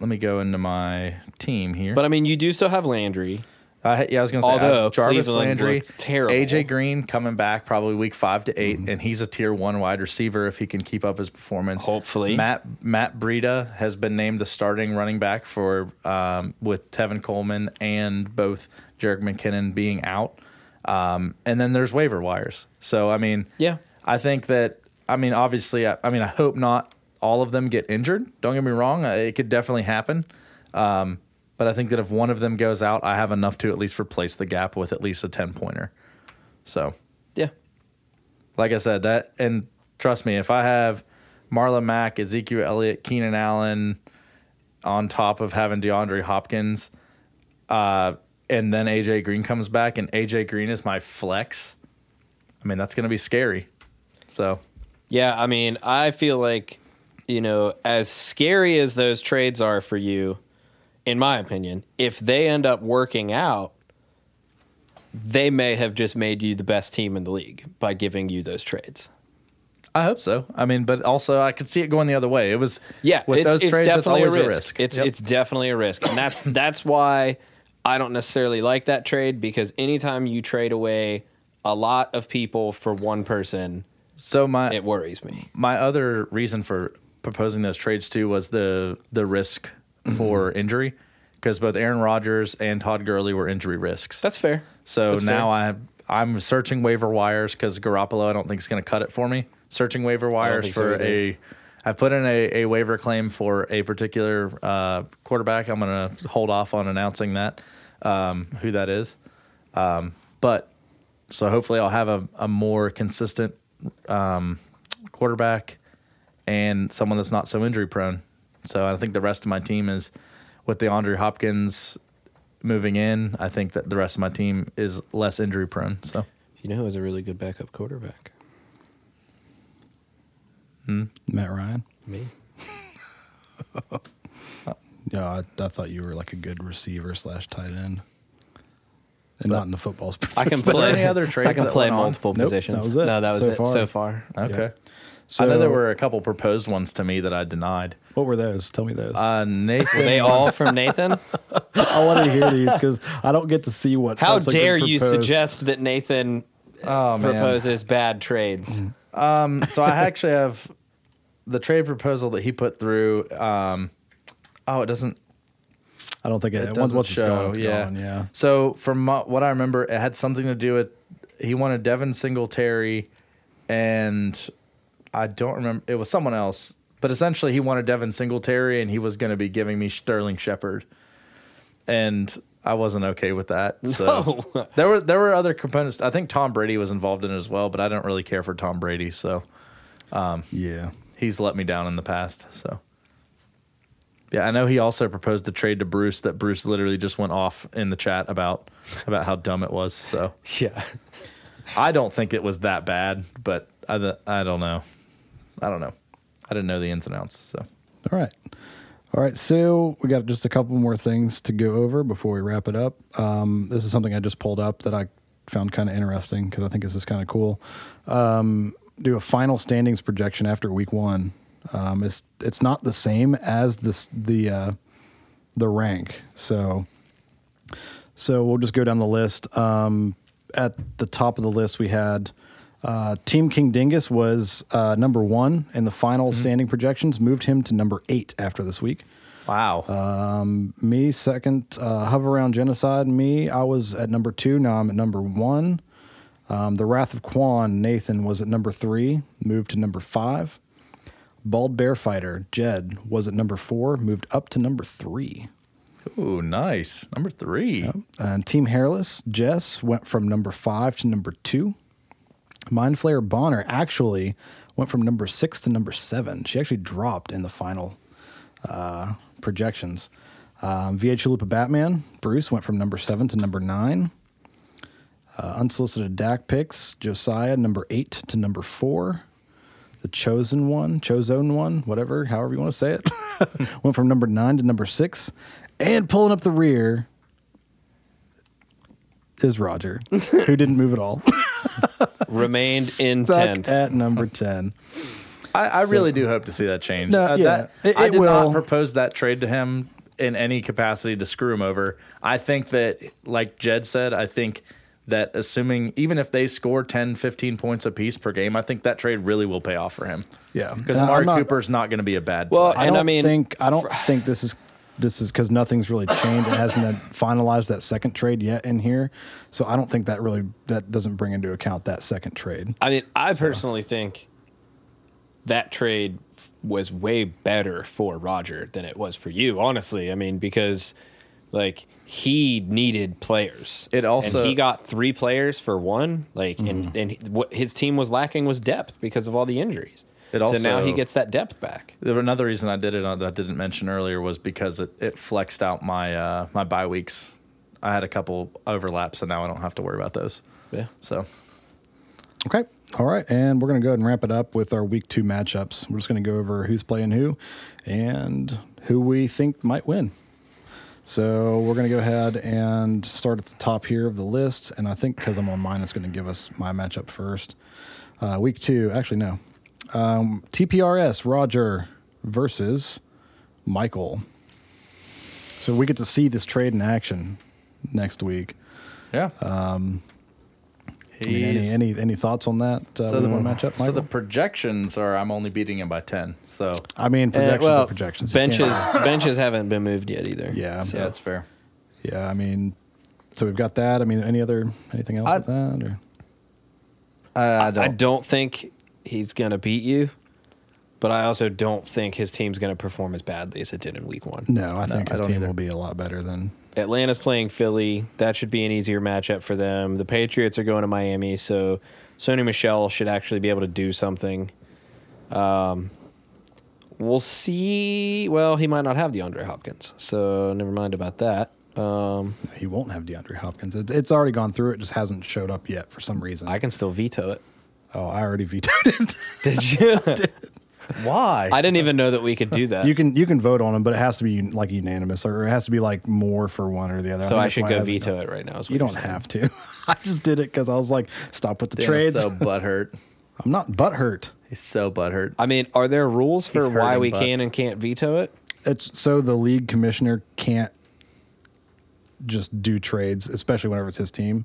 [SPEAKER 3] let me go into my team here.
[SPEAKER 2] But I mean, you do still have Landry.
[SPEAKER 3] I, yeah, I was going to say I-
[SPEAKER 2] Although
[SPEAKER 3] Jarvis
[SPEAKER 2] Cleveland
[SPEAKER 3] Landry,
[SPEAKER 2] looked terrible. Mm-hmm.
[SPEAKER 3] AJ Green coming back probably week five to 8 and he's a tier one wide receiver if he can keep up his performance.
[SPEAKER 2] Hopefully.
[SPEAKER 3] Matt Matt Breida has been named the starting running back for um, with Tevin Coleman and both Jarek McKinnon being out. Um, and then there's waiver wires. So I mean,
[SPEAKER 2] Yeah.
[SPEAKER 3] I think that I mean obviously I, I mean I hope not all of them get injured. Don't get me wrong, uh, it could definitely happen. Um, but I think that if one of them goes out, I have enough to at least replace the gap with at least a ten pointer. So,
[SPEAKER 2] Yeah.
[SPEAKER 3] like I said, that and trust me, if I have Marlon Mack, Ezekiel Elliott, Keenan Allen on top of having DeAndre Hopkins, uh, and then AJ Green comes back and AJ Green is my flex. I mean, that's gonna be scary. So
[SPEAKER 2] Yeah, I mean, I feel like, you know, as scary as those trades are for you, in my opinion, if they end up working out, they may have just made you the best team in the league by giving you those trades.
[SPEAKER 3] I hope so. I mean, but also I could see it going the other way. It was
[SPEAKER 2] Yeah,
[SPEAKER 3] with
[SPEAKER 2] it's,
[SPEAKER 3] those
[SPEAKER 2] it's
[SPEAKER 3] trades, it's
[SPEAKER 2] definitely
[SPEAKER 3] always
[SPEAKER 2] a risk. It's
[SPEAKER 3] Yep.
[SPEAKER 2] it's definitely a risk, and that's that's why I don't necessarily like that trade because anytime you trade away a lot of people for one person,
[SPEAKER 3] so my
[SPEAKER 2] it worries me.
[SPEAKER 3] my other reason for proposing those trades too was the the risk for injury because both Aaron Rodgers and Todd Gurley were injury risks.
[SPEAKER 2] That's fair.
[SPEAKER 3] so
[SPEAKER 2] that's
[SPEAKER 3] now I I'm searching waiver wires because Garoppolo I don't think is going to cut it for me. Searching waiver wires
[SPEAKER 2] think so
[SPEAKER 3] for
[SPEAKER 2] either.
[SPEAKER 3] a I put in a, a waiver claim for a particular uh, quarterback. I'm going to hold off on announcing that um, who that is. Um, but so hopefully I'll have a, a more consistent um, quarterback and someone that's not so injury prone. So I think the rest of my team is with the Andre Hopkins moving in. I think that the rest of my team is less injury prone. So
[SPEAKER 2] You know who is a really good backup quarterback?
[SPEAKER 1] Matt Ryan.
[SPEAKER 2] Me.
[SPEAKER 1] Yeah, I, I thought you were like a good receiver slash tight end, and not in the football's.
[SPEAKER 2] I can
[SPEAKER 3] there
[SPEAKER 2] play
[SPEAKER 3] any other
[SPEAKER 2] I
[SPEAKER 3] trades
[SPEAKER 2] can
[SPEAKER 3] that
[SPEAKER 2] play
[SPEAKER 3] went on?
[SPEAKER 2] multiple
[SPEAKER 1] Nope,
[SPEAKER 2] positions.
[SPEAKER 1] that was it
[SPEAKER 2] No, that was
[SPEAKER 1] so
[SPEAKER 2] it
[SPEAKER 1] far.
[SPEAKER 2] so far.
[SPEAKER 3] okay.
[SPEAKER 1] So,
[SPEAKER 3] I know there were a couple proposed ones to me that I denied.
[SPEAKER 1] What were those? Tell me those.
[SPEAKER 3] Uh, Nathan,
[SPEAKER 2] Were they all from Nathan?
[SPEAKER 1] I want to hear these because I don't get to see what.
[SPEAKER 2] How
[SPEAKER 1] that's, like, been
[SPEAKER 2] dare you
[SPEAKER 1] proposed.
[SPEAKER 2] suggest that Nathan
[SPEAKER 3] oh, man.
[SPEAKER 2] proposes bad trades?
[SPEAKER 1] Mm.
[SPEAKER 3] so I actually have the trade proposal that he put through. Um, oh, it doesn't.
[SPEAKER 1] I don't think it.
[SPEAKER 3] It
[SPEAKER 1] once
[SPEAKER 3] doesn't
[SPEAKER 1] once
[SPEAKER 3] show.
[SPEAKER 1] it's gone, it's
[SPEAKER 3] yeah.
[SPEAKER 1] gone. Yeah.
[SPEAKER 3] So from my- what I remember, it had something to do with he wanted Devin Singletary, and I don't remember. It was someone else, but essentially he wanted Devin Singletary, and he was going to be giving me Sterling Shepard, and I wasn't okay with that. So
[SPEAKER 2] No.
[SPEAKER 3] there were there were other components. I think Tom Brady was involved in it as well, but I don't really care for Tom Brady, so
[SPEAKER 1] Yeah.
[SPEAKER 3] he's let me down in the past. So, yeah, I know he also proposed a trade to Bruce that Bruce literally just went off in the chat about about how dumb it was. So
[SPEAKER 2] Yeah.
[SPEAKER 3] I don't think it was that bad, but I th- I don't know, I don't know, I didn't know the ins and outs. So
[SPEAKER 1] All right. All right. So we got just a couple more things to go over before we wrap it up. Um, this is something I just pulled up that I found kind of interesting because I think this is kind of cool. Um, do a final standings projection after week one. Um, it's it's not the same as this the uh, the rank. So so we'll just go down the list. Um, at the top of the list, we had uh, Team King Dingus was uh, number one in the final standing projections, moved him to number eight after this week.
[SPEAKER 3] wow,
[SPEAKER 1] Me second, uh, hover around genocide. Me, I was at number two. Now I'm at number one. Um, the Wrath of Quan, Nathan was at number three, moved to number five. Bald Bear Fighter, Jed was at number four, moved up to number three.
[SPEAKER 3] ooh, nice number three.
[SPEAKER 1] And Team Hairless, Jess, went from number five to number two. Mind Flayer Bonner actually went from number six to number seven. She actually dropped in the final uh, projections. Um, VH Chalupa Batman, Bruce, went from number seven to number nine. Uh, unsolicited DAC picks, Josiah, number eight to number four. The Chosen One, Chosen One, whatever, however you want to say it, went from number nine to number six. And pulling up the rear is Roger, who didn't move at all.
[SPEAKER 2] Remained in
[SPEAKER 1] Stuck
[SPEAKER 2] 10th.
[SPEAKER 1] at number 10.
[SPEAKER 3] I, I really do hope to see that change.
[SPEAKER 1] No, yeah,
[SPEAKER 3] that-
[SPEAKER 1] it-
[SPEAKER 3] I
[SPEAKER 1] it
[SPEAKER 3] did
[SPEAKER 1] will.
[SPEAKER 3] not propose that trade to him in any capacity to screw him over. I think that, like Jed said, I think that assuming even if they score 10, 15 points apiece per game, I think that trade really will pay off for him.
[SPEAKER 1] Yeah.
[SPEAKER 3] Because
[SPEAKER 1] And
[SPEAKER 3] Amari
[SPEAKER 1] I'm not-
[SPEAKER 3] Cooper's not going to be a bad
[SPEAKER 2] Well,
[SPEAKER 3] player.
[SPEAKER 1] I
[SPEAKER 2] And
[SPEAKER 1] don't
[SPEAKER 2] I mean-
[SPEAKER 1] think I don't think this is this is because nothing's really changed. It hasn't had- finalized that second trade yet in here, so I don't think that really that doesn't bring into account that second trade.
[SPEAKER 2] I mean, I personally think that trade f- was way better for Roger than it was for you, honestly. I mean, because like he needed players.
[SPEAKER 3] It also- Mm-hmm.
[SPEAKER 2] and he got three players for one. Like, and and he- what his team was lacking was depth because of all the injuries.
[SPEAKER 3] It
[SPEAKER 2] so
[SPEAKER 3] also-
[SPEAKER 2] now he gets that depth back.
[SPEAKER 3] There- Another reason I did it on, that I didn't mention earlier was because it, it flexed out my uh, my bye weeks. I had a couple overlaps, and now I don't have to worry about those.
[SPEAKER 2] Yeah.
[SPEAKER 3] So
[SPEAKER 1] Okay. All right, and we're gonna go ahead and wrap it up with our week two matchups. We're just gonna go over who's playing who, and who we think might win. So we're gonna go ahead and start at the top here of the list, and I think because I'm on mine, it's gonna give us my matchup first. Uh, week two, actually no, um, TPRS Roger versus Michael. So we get to see this trade in action next week.
[SPEAKER 3] yeah,
[SPEAKER 1] Um, mean, any,
[SPEAKER 3] He's-
[SPEAKER 1] any any thoughts on that? Uh, so the one matchup,
[SPEAKER 3] so
[SPEAKER 1] Michael?
[SPEAKER 3] the projections are I'm only beating him by ten. So
[SPEAKER 1] I mean,
[SPEAKER 2] Eh,
[SPEAKER 1] projections
[SPEAKER 2] well,
[SPEAKER 1] are projections. You can't-
[SPEAKER 2] Benches benches haven't been moved yet either.
[SPEAKER 1] Yeah.
[SPEAKER 2] So
[SPEAKER 3] yeah, that's fair.
[SPEAKER 1] Yeah, I mean, so we've got that. I mean, any other anything else
[SPEAKER 3] I-
[SPEAKER 1] with that? Or?
[SPEAKER 3] I, I don't.
[SPEAKER 2] I
[SPEAKER 1] Oh.
[SPEAKER 2] don't think he's gonna beat you, but I also don't think his team's gonna perform as badly as it did in week one.
[SPEAKER 1] No, I think
[SPEAKER 3] I
[SPEAKER 1] his
[SPEAKER 3] don't
[SPEAKER 1] team
[SPEAKER 3] either.
[SPEAKER 1] will be a lot better than.
[SPEAKER 2] Atlanta's playing Philly. That should be an easier matchup for them. The Patriots are going to Miami, so Sony Michelle should actually be able to do something. Um, we'll see. Well, he might not have DeAndre Hopkins, so never mind about that. Um,
[SPEAKER 1] He won't have DeAndre Hopkins. It, it's already gone through. It just hasn't showed up yet for some reason.
[SPEAKER 2] I can still veto it.
[SPEAKER 1] oh, I already vetoed it.
[SPEAKER 2] Did you?
[SPEAKER 3] Why?
[SPEAKER 2] I didn't even know that we could do that.
[SPEAKER 1] you can you can vote on him, but it has to be un- like unanimous, or it has to be like more for one or the other.
[SPEAKER 2] so
[SPEAKER 1] think
[SPEAKER 2] I
[SPEAKER 1] that's
[SPEAKER 2] should
[SPEAKER 1] why it
[SPEAKER 2] go
[SPEAKER 1] hasn't
[SPEAKER 2] veto
[SPEAKER 1] gone-
[SPEAKER 2] it right now. is what
[SPEAKER 1] You
[SPEAKER 2] you're
[SPEAKER 1] don't
[SPEAKER 2] saying.
[SPEAKER 1] have to. I just did it because I was like, stop with the
[SPEAKER 3] Damn,
[SPEAKER 1] trades.
[SPEAKER 3] He's so butthurt.
[SPEAKER 1] I'm not butthurt.
[SPEAKER 3] He's so butthurt.
[SPEAKER 2] I mean, are there rules for
[SPEAKER 3] He's
[SPEAKER 2] why
[SPEAKER 3] hurting
[SPEAKER 2] we
[SPEAKER 3] butts.
[SPEAKER 2] can and can't veto it?
[SPEAKER 1] It's so the league commissioner can't just do trades, especially whenever it's his team.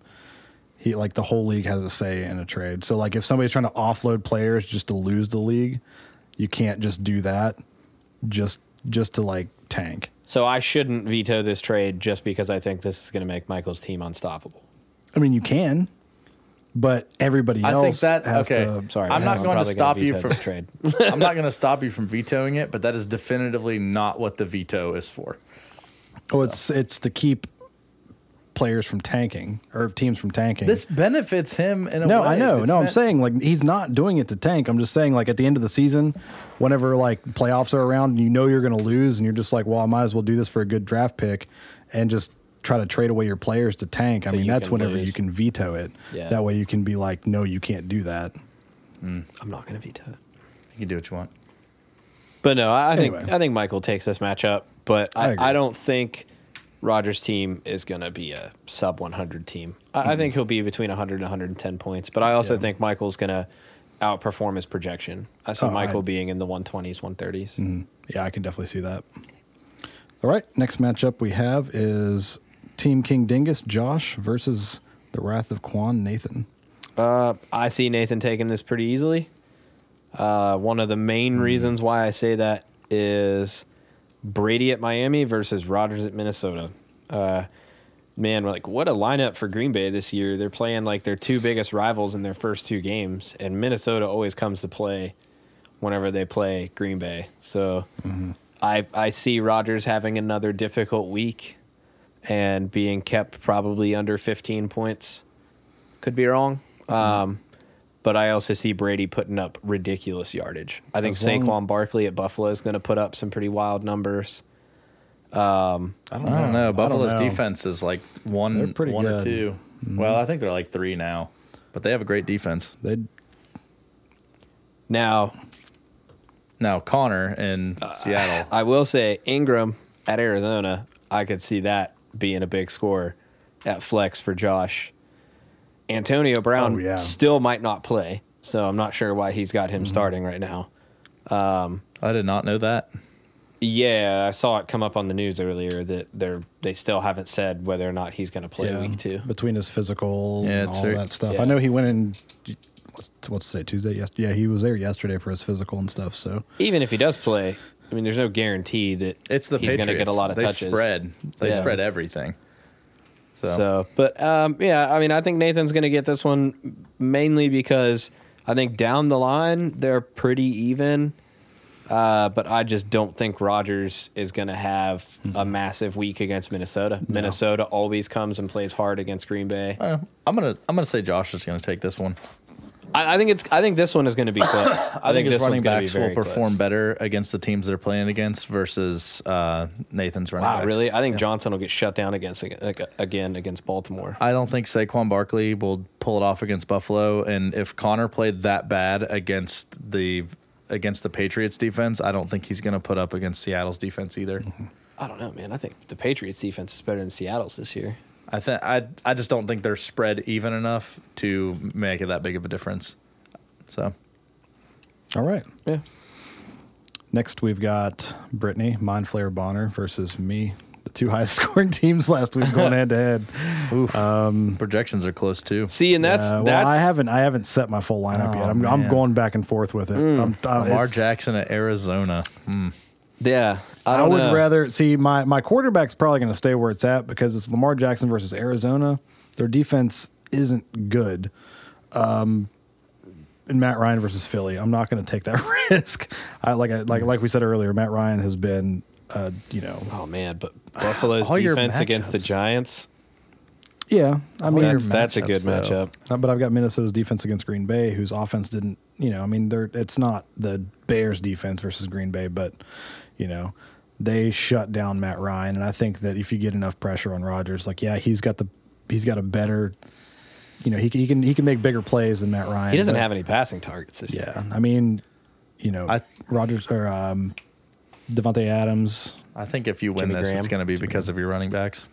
[SPEAKER 1] He like the whole league has a say in a trade. So like if somebody's trying to offload players just to lose the league, you can't just do that just just to like tank.
[SPEAKER 2] So I shouldn't veto this trade just because I think this is going to make Michael's team unstoppable.
[SPEAKER 1] I mean, you can, but everybody
[SPEAKER 3] I
[SPEAKER 1] else
[SPEAKER 3] think that-
[SPEAKER 1] has
[SPEAKER 3] okay.
[SPEAKER 1] to.
[SPEAKER 2] Sorry,
[SPEAKER 3] I'm not
[SPEAKER 2] I'm
[SPEAKER 3] going to
[SPEAKER 2] probably gonna
[SPEAKER 3] stop you
[SPEAKER 2] veto
[SPEAKER 3] from
[SPEAKER 2] this trade.
[SPEAKER 3] I'm not going to stop you from vetoing it, but that is definitively not what the veto is for.
[SPEAKER 1] Oh, it's it's to keep players from tanking or teams from tanking.
[SPEAKER 3] This benefits him in a
[SPEAKER 1] No,
[SPEAKER 3] way.
[SPEAKER 1] I know.
[SPEAKER 3] It's
[SPEAKER 1] No, I'm
[SPEAKER 3] meant-
[SPEAKER 1] saying like he's not doing it to tank. I'm just saying like at the end of the season, whenever like playoffs are around and you know you're going to lose and you're just like, well, I might as well do this for a good draft pick and just try to trade away your players to tank. I
[SPEAKER 2] So
[SPEAKER 1] mean,
[SPEAKER 2] you
[SPEAKER 1] that's
[SPEAKER 2] can
[SPEAKER 1] whenever
[SPEAKER 2] lose.
[SPEAKER 1] you can veto it.
[SPEAKER 2] Yeah.
[SPEAKER 1] That way you can be like, no, you can't do that.
[SPEAKER 2] I'm not going to veto it.
[SPEAKER 3] you can do what you want.
[SPEAKER 2] But no, I I think
[SPEAKER 1] Anyway.
[SPEAKER 2] I think Michael takes this matchup, but I,
[SPEAKER 1] I agree.
[SPEAKER 2] I, don't think Rogers' team is going to be a sub 100 team. I,
[SPEAKER 3] Mm-hmm.
[SPEAKER 2] I think he'll be between 100 and 110 points, but I also think Michael's going to outperform his projection. I see
[SPEAKER 1] Oh, I-
[SPEAKER 2] Michael being in the 120s, 130s.
[SPEAKER 3] Mm-hmm.
[SPEAKER 1] Yeah, I can definitely see that. All right, next matchup we have is Team King Dingus Josh versus the Wrath of Quan Nathan.
[SPEAKER 2] Uh, I see Nathan taking this pretty easily. Uh, one of the main reasons why I say that is Brady at Miami versus Rodgers at Minnesota. Uh, man, like what a lineup for Green Bay this year. They're playing like their two biggest rivals in their first two games, and Minnesota always comes to play whenever they play Green Bay. So I I see Rodgers having another difficult week and being kept probably under 15 points. Could be wrong. Um, but I also see Brady putting up ridiculous yardage. I think
[SPEAKER 1] As long-
[SPEAKER 2] Saquon Barkley at Buffalo is going to put up some pretty wild numbers.
[SPEAKER 3] I don't know. Buffalo's
[SPEAKER 1] know.
[SPEAKER 3] defense is like one,
[SPEAKER 1] They're pretty
[SPEAKER 3] one
[SPEAKER 1] good. Mm-hmm.
[SPEAKER 3] or 2 Well, I think they're like three now, but they have a great defense.
[SPEAKER 1] They
[SPEAKER 2] Now,
[SPEAKER 3] Now Connor in
[SPEAKER 1] Uh,
[SPEAKER 3] Seattle.
[SPEAKER 2] I will say Ingram at Arizona, I could see that being a big score at flex for Josh. Antonio Brown
[SPEAKER 1] Oh, yeah.
[SPEAKER 2] still might not play, so I'm not sure why he's got him
[SPEAKER 3] Mm-hmm.
[SPEAKER 2] starting right now.
[SPEAKER 3] I did not know that.
[SPEAKER 2] Yeah, I saw it come up on the news earlier that they're they still haven't said whether or not he's going to play week two.
[SPEAKER 1] between his physical
[SPEAKER 3] Yeah,
[SPEAKER 1] and
[SPEAKER 3] it's
[SPEAKER 1] all
[SPEAKER 3] very-
[SPEAKER 1] that stuff.
[SPEAKER 2] yeah.
[SPEAKER 1] I know he went in. What's, what's today? Tuesday? Yes. Yeah, he was there yesterday for his physical and stuff. So
[SPEAKER 2] Even if he does play, I mean, there's no guarantee that
[SPEAKER 3] It's the
[SPEAKER 2] he's
[SPEAKER 3] Patriots.
[SPEAKER 2] going to get a lot of
[SPEAKER 3] they
[SPEAKER 2] touches.
[SPEAKER 3] spread. They
[SPEAKER 2] Yeah.
[SPEAKER 3] spread everything. So,
[SPEAKER 2] So, but um, yeah, I mean, I think Nathan's going to get this one mainly because I think down the line they're pretty even. Uh, but I just don't think Rodgers is going to have a massive week against Minnesota. Minnesota always comes and plays hard against Green Bay.
[SPEAKER 3] I don't know. eh, I'm gonna I'm gonna say Josh is gonna take this one.
[SPEAKER 2] I, I think it's. I think this one is going to be close. I,
[SPEAKER 3] I think,
[SPEAKER 2] this
[SPEAKER 3] his running
[SPEAKER 2] one's going to
[SPEAKER 3] backs
[SPEAKER 2] be very
[SPEAKER 3] will perform
[SPEAKER 2] Close.
[SPEAKER 3] better against the teams they're playing against versus uh, Nathan's running
[SPEAKER 2] Wow,
[SPEAKER 3] backs.
[SPEAKER 2] Ah, really? I think Johnson will get shut down against ag- again against Baltimore.
[SPEAKER 3] I don't think Saquon Barkley will pull it off against Buffalo. And if Connor played that bad against the against the Patriots defense, I don't think he's gonna put up against Seattle's defense either.
[SPEAKER 2] Mm-hmm. I don't know, man. I think the Patriots defense is better than Seattle's this year.
[SPEAKER 3] I think I I just don't think they're spread even enough to make it that big of a difference. So
[SPEAKER 1] all right.
[SPEAKER 2] Yeah.
[SPEAKER 1] Next we've got Brittany Mind Flayer Bonner versus me, the two highest scoring teams last week going head to head.
[SPEAKER 3] Projections are close too.
[SPEAKER 2] See, and that's
[SPEAKER 1] Well,
[SPEAKER 2] that's
[SPEAKER 1] I haven't I haven't set my full lineup yet.
[SPEAKER 3] Oh,
[SPEAKER 1] I'm, I'm
[SPEAKER 3] man. Mm.
[SPEAKER 1] going back and forth with it. I'm, uh,
[SPEAKER 3] Lamar
[SPEAKER 1] it's-
[SPEAKER 3] Jackson at Arizona. Hmm.
[SPEAKER 2] yeah. I
[SPEAKER 1] I,
[SPEAKER 2] don't
[SPEAKER 1] would
[SPEAKER 2] know.
[SPEAKER 1] rather see my my quarterback's probably going to stay where it's at because it's Lamar Jackson versus Arizona. Their defense isn't good. Um, and Matt Ryan versus Philly. I'm not going to take that risk. I like I, like like we said earlier. Matt Ryan has been, uh, you know,
[SPEAKER 2] Oh man, but Buffalo's
[SPEAKER 3] All your
[SPEAKER 2] defense against the
[SPEAKER 3] matchups.
[SPEAKER 2] Giants.
[SPEAKER 1] yeah. I mean,
[SPEAKER 2] That's, that's a
[SPEAKER 3] matchups,
[SPEAKER 2] good
[SPEAKER 3] though.
[SPEAKER 2] matchup.
[SPEAKER 1] Uh, But I've got Minnesota's defense against Green Bay, whose offense didn't. You know, I mean, they're it's not the Bears' defense versus Green Bay, but you know, they shut down Matt Ryan, and I think that if you get enough pressure on Rodgers, like yeah, he's got the he's got a better, you know, he, can- he can he can make bigger plays than Matt Ryan.
[SPEAKER 2] He doesn't
[SPEAKER 1] but-
[SPEAKER 2] have any passing targets this year.
[SPEAKER 1] uh, Yeah, I mean, you know,
[SPEAKER 3] I-
[SPEAKER 1] Rodgers or um, Devontae Adams.
[SPEAKER 3] I think if you win
[SPEAKER 2] Jimmy
[SPEAKER 3] this,
[SPEAKER 2] Graham.
[SPEAKER 3] it's going to be because of your running backs.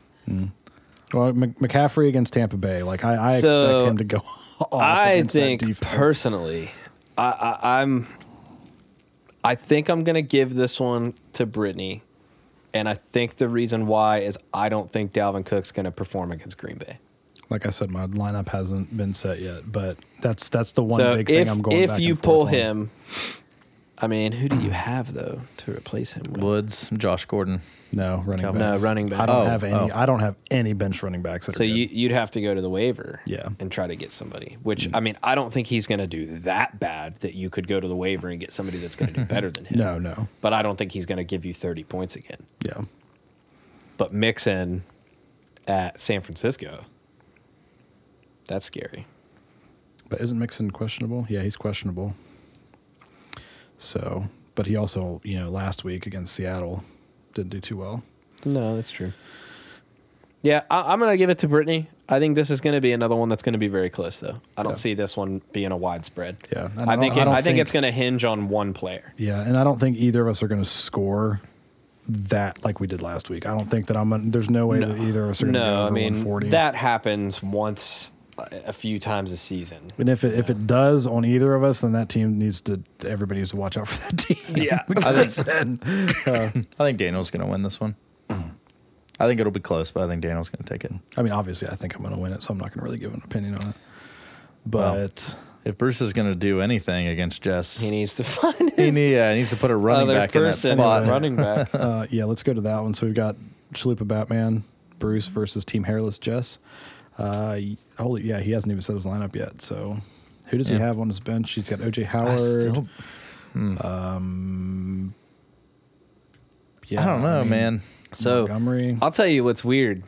[SPEAKER 1] Well, Mc- McCaffrey against Tampa Bay, like I, I
[SPEAKER 2] So,
[SPEAKER 1] expect him to go. Off
[SPEAKER 2] I
[SPEAKER 1] against that
[SPEAKER 2] think
[SPEAKER 1] defense.
[SPEAKER 2] personally, I, I, I'm. I think I'm going to give this one to Brittany, and I think the reason why is I don't think Dalvin Cook's going to perform against Green Bay.
[SPEAKER 1] like I said, my lineup hasn't been set yet, but that's that's the one
[SPEAKER 2] so
[SPEAKER 1] big
[SPEAKER 2] if
[SPEAKER 1] thing I'm going.
[SPEAKER 2] if
[SPEAKER 1] back
[SPEAKER 2] you
[SPEAKER 1] and forth
[SPEAKER 2] pull
[SPEAKER 1] on.
[SPEAKER 2] him, I mean, who do you have though to replace him? With?
[SPEAKER 3] Woods, Josh Gordon.
[SPEAKER 1] no running
[SPEAKER 3] No,
[SPEAKER 1] back,
[SPEAKER 2] running back.
[SPEAKER 1] I don't
[SPEAKER 3] Oh,
[SPEAKER 1] have any.
[SPEAKER 3] oh.
[SPEAKER 1] I don't have any bench running backs. That
[SPEAKER 2] So
[SPEAKER 1] are
[SPEAKER 2] you,
[SPEAKER 1] good.
[SPEAKER 2] you'd have to go to the waiver,
[SPEAKER 1] Yeah. Mm.
[SPEAKER 2] and try to get somebody. Which I mean, I don't think he's going to do that bad that you could go to the waiver and get somebody that's going to do better than him.
[SPEAKER 1] Mm-hmm. no, no,
[SPEAKER 2] but I don't think he's going to give you 30 points again.
[SPEAKER 1] yeah,
[SPEAKER 2] But Mixon at San Francisco, that's scary.
[SPEAKER 1] but isn't Mixon questionable? Yeah, he's questionable. So, but he also, you know, last week against Seattle didn't do too well.
[SPEAKER 2] No, that's true. Yeah, I, I'm going to give it to Brittany. I think this is going to be another one that's going to be very close, though. I don't
[SPEAKER 1] Yeah.
[SPEAKER 2] see this one being a widespread.
[SPEAKER 1] Yeah, and
[SPEAKER 2] I,
[SPEAKER 1] don't-
[SPEAKER 2] think it,
[SPEAKER 1] don't
[SPEAKER 2] I think it's going to hinge on one player.
[SPEAKER 1] Yeah, and I don't think either of us are going to score that like we did last week. I don't think that I'm. Gonna, there's no way that either of us are going to go
[SPEAKER 2] No,
[SPEAKER 1] over
[SPEAKER 2] I mean
[SPEAKER 1] 140.
[SPEAKER 2] that happens once a a few times a season.
[SPEAKER 1] And if it, if it does on either of us, then that team needs to everybody needs to watch out for that team.
[SPEAKER 2] Yeah.
[SPEAKER 1] because then
[SPEAKER 3] I think Daniel's going to win this one. I think it'll be close, but I think Daniel's going to take it.
[SPEAKER 1] I mean, obviously, I think I'm going to win it, so I'm not going to really give an opinion on it. But
[SPEAKER 3] If Bruce is going to do anything against Jess,
[SPEAKER 2] He needs to find
[SPEAKER 3] he
[SPEAKER 2] his
[SPEAKER 3] need, yeah, he needs to put a running
[SPEAKER 2] other
[SPEAKER 3] back
[SPEAKER 2] person
[SPEAKER 3] in that spot.
[SPEAKER 2] running back.
[SPEAKER 1] uh, yeah, let's go to that one. So we've got Chalupa Batman, Bruce versus Team Hairless Jess. Uh, y- holy, yeah, he hasn't even set his lineup yet. So who does he
[SPEAKER 3] Yeah.
[SPEAKER 1] have on his bench? He's got OJ
[SPEAKER 3] I
[SPEAKER 1] Howard. Um,
[SPEAKER 3] still- hmm.
[SPEAKER 1] yeah,
[SPEAKER 3] I don't know,
[SPEAKER 1] mean,
[SPEAKER 3] man.
[SPEAKER 2] So
[SPEAKER 1] Montgomery.
[SPEAKER 2] I'll tell you what's weird.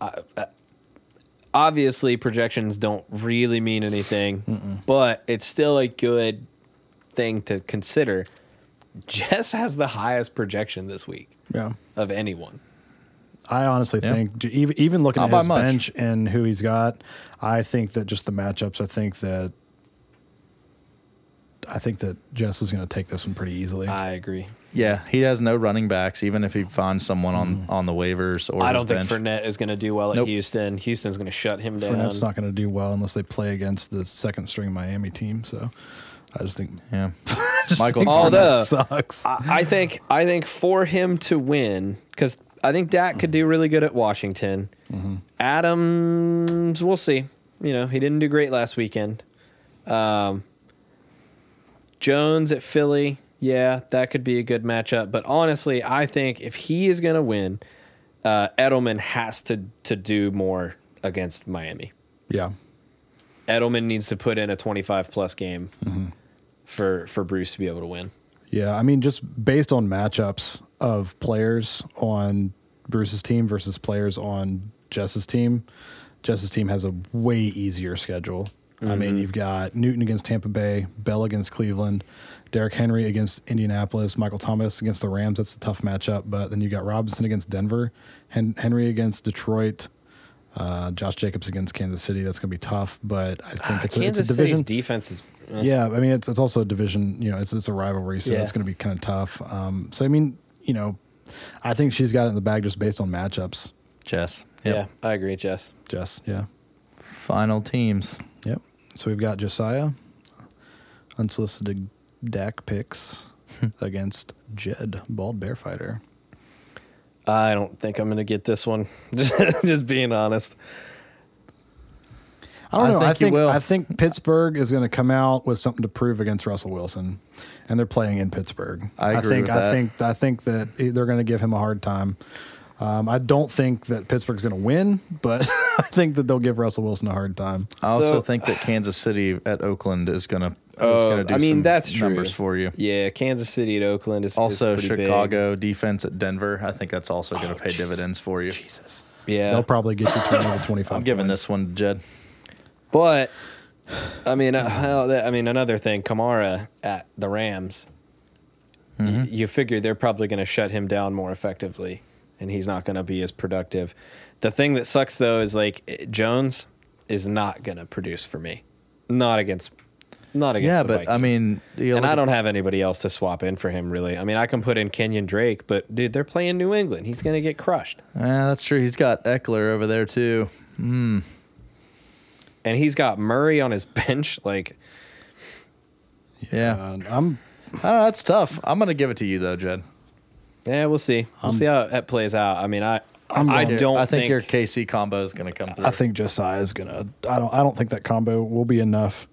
[SPEAKER 2] I- I- Obviously, projections don't really mean anything, but it's still a good thing to consider. Jess has the highest projection this week
[SPEAKER 1] Yeah.
[SPEAKER 2] of anyone.
[SPEAKER 1] I honestly
[SPEAKER 3] Yeah.
[SPEAKER 1] think think, even, even looking at
[SPEAKER 3] Not by
[SPEAKER 1] his
[SPEAKER 3] much.
[SPEAKER 1] bench and who he's got, I think that just the matchups, I think that. I think that Jess is going to take this one pretty easily.
[SPEAKER 2] I agree.
[SPEAKER 3] Yeah, he has no running backs, even if he finds someone on, on the waivers or
[SPEAKER 2] Mm. I
[SPEAKER 3] his
[SPEAKER 2] don't think
[SPEAKER 3] bench.
[SPEAKER 2] Fournette is going to do well at
[SPEAKER 3] Nope.
[SPEAKER 2] Houston. Houston's going to shut him down.
[SPEAKER 1] Fournette's not going to do well unless they play against the second string Miami team. So I just think
[SPEAKER 3] Yeah. Michael
[SPEAKER 1] think
[SPEAKER 3] Thomas.
[SPEAKER 2] Although-
[SPEAKER 1] Fournette sucks.
[SPEAKER 2] I, I think I think for him to win, because I think Dak could do really good at Washington.
[SPEAKER 1] Mm-hmm.
[SPEAKER 2] Adams, we'll see. You know, he didn't do great last weekend. Um, Jones at Philly, yeah, that could be a good matchup. But honestly, I think if he is going to win, uh, Edelman has to to do more against Miami.
[SPEAKER 1] yeah.
[SPEAKER 2] Edelman needs to put in a twenty five plus game
[SPEAKER 1] Mm-hmm.
[SPEAKER 2] for for Bruce to be able to win.
[SPEAKER 1] Yeah. I mean, just based on matchups of players on Bruce's team versus players on Jess's team, Jess's team has a way easier schedule. I
[SPEAKER 2] Mm-hmm.
[SPEAKER 1] mean, you've got Newton against Tampa Bay, Bell against Cleveland, Derrick Henry against Indianapolis, Michael Thomas against the Rams. That's a tough matchup. But then you got Robinson against Denver, Hen- Henry against Detroit, uh, Josh Jacobs against Kansas City. That's going to be tough. But I think it's, a, it's a
[SPEAKER 2] Ah, Kansas
[SPEAKER 1] division.
[SPEAKER 2] City's defense is
[SPEAKER 1] Yeah, I mean it's it's also a division. You know, it's it's a rivalry, so
[SPEAKER 2] Yeah.
[SPEAKER 1] it's going to be kind of tough. Um, so I mean, you know, I think she's got it in the bag just based on matchups.
[SPEAKER 3] Jess. Yep.
[SPEAKER 2] Yeah, I agree, Jess.
[SPEAKER 1] Jess, yeah,
[SPEAKER 3] Final teams.
[SPEAKER 1] yep. So we've got Josiah, unsolicited DAC picks against Jed, bald bear fighter.
[SPEAKER 2] I don't think I'm going to get this one. just, just being honest.
[SPEAKER 1] I don't
[SPEAKER 3] I
[SPEAKER 1] know.
[SPEAKER 3] think
[SPEAKER 1] I
[SPEAKER 3] you
[SPEAKER 1] think
[SPEAKER 3] will.
[SPEAKER 1] I think Pittsburgh is going to come out with something to prove against Russell Wilson, and they're playing in Pittsburgh.
[SPEAKER 3] I agree
[SPEAKER 1] think
[SPEAKER 3] with
[SPEAKER 1] I
[SPEAKER 3] that.
[SPEAKER 1] think I think that e, they're going to give him a hard time. Um, I don't think that Pittsburgh's going to win, but I think that they'll give Russell Wilson a hard time.
[SPEAKER 3] I also
[SPEAKER 2] So-
[SPEAKER 3] think that Kansas City at Oakland is gonna. is
[SPEAKER 2] Oh,
[SPEAKER 3] gonna do
[SPEAKER 2] I mean
[SPEAKER 3] some
[SPEAKER 2] that's true.
[SPEAKER 3] numbers for you.
[SPEAKER 2] Yeah, Kansas City at Oakland is is
[SPEAKER 3] Also,
[SPEAKER 2] pretty big. Oh,
[SPEAKER 3] Chicago defense at Denver. I think that's also going to pay dividends for you.
[SPEAKER 1] Jesus,
[SPEAKER 2] Yeah,
[SPEAKER 1] they'll probably get you twenty to twenty-five.
[SPEAKER 3] I'm giving this one to Jed.
[SPEAKER 2] But I mean, uh, how that- I mean, another thing, Kamara at the Rams. y- you figure they're probably going to shut him down more effectively, and he's not going to be as productive. The thing that sucks though is like it- Jones is not going to produce for me, not against, not against.
[SPEAKER 3] Yeah,
[SPEAKER 2] the
[SPEAKER 3] but I
[SPEAKER 2] Vikings.
[SPEAKER 3] mean, you know,
[SPEAKER 2] And I
[SPEAKER 3] look
[SPEAKER 2] don't have anybody else to swap in for him, really. I mean, I can put in Kenyon Drake, but dude, they're playing New England. He's going to get crushed.
[SPEAKER 3] at- Yeah, eh, that's true. He's got Eckler over there too.
[SPEAKER 2] And he's got Murray on his bench. Like,
[SPEAKER 3] Yeah,
[SPEAKER 1] Uh, I'm
[SPEAKER 3] I don't know, that's tough. I'm going to give it to you though, Jed.
[SPEAKER 2] Yeah, we'll see. We'll see how that plays out. I mean, I
[SPEAKER 1] I'm
[SPEAKER 2] I
[SPEAKER 1] going-
[SPEAKER 2] don't
[SPEAKER 3] I think, your KC combo is going to come through.
[SPEAKER 1] I think Josiah is gonna. I don't. I don't think that combo will be enough.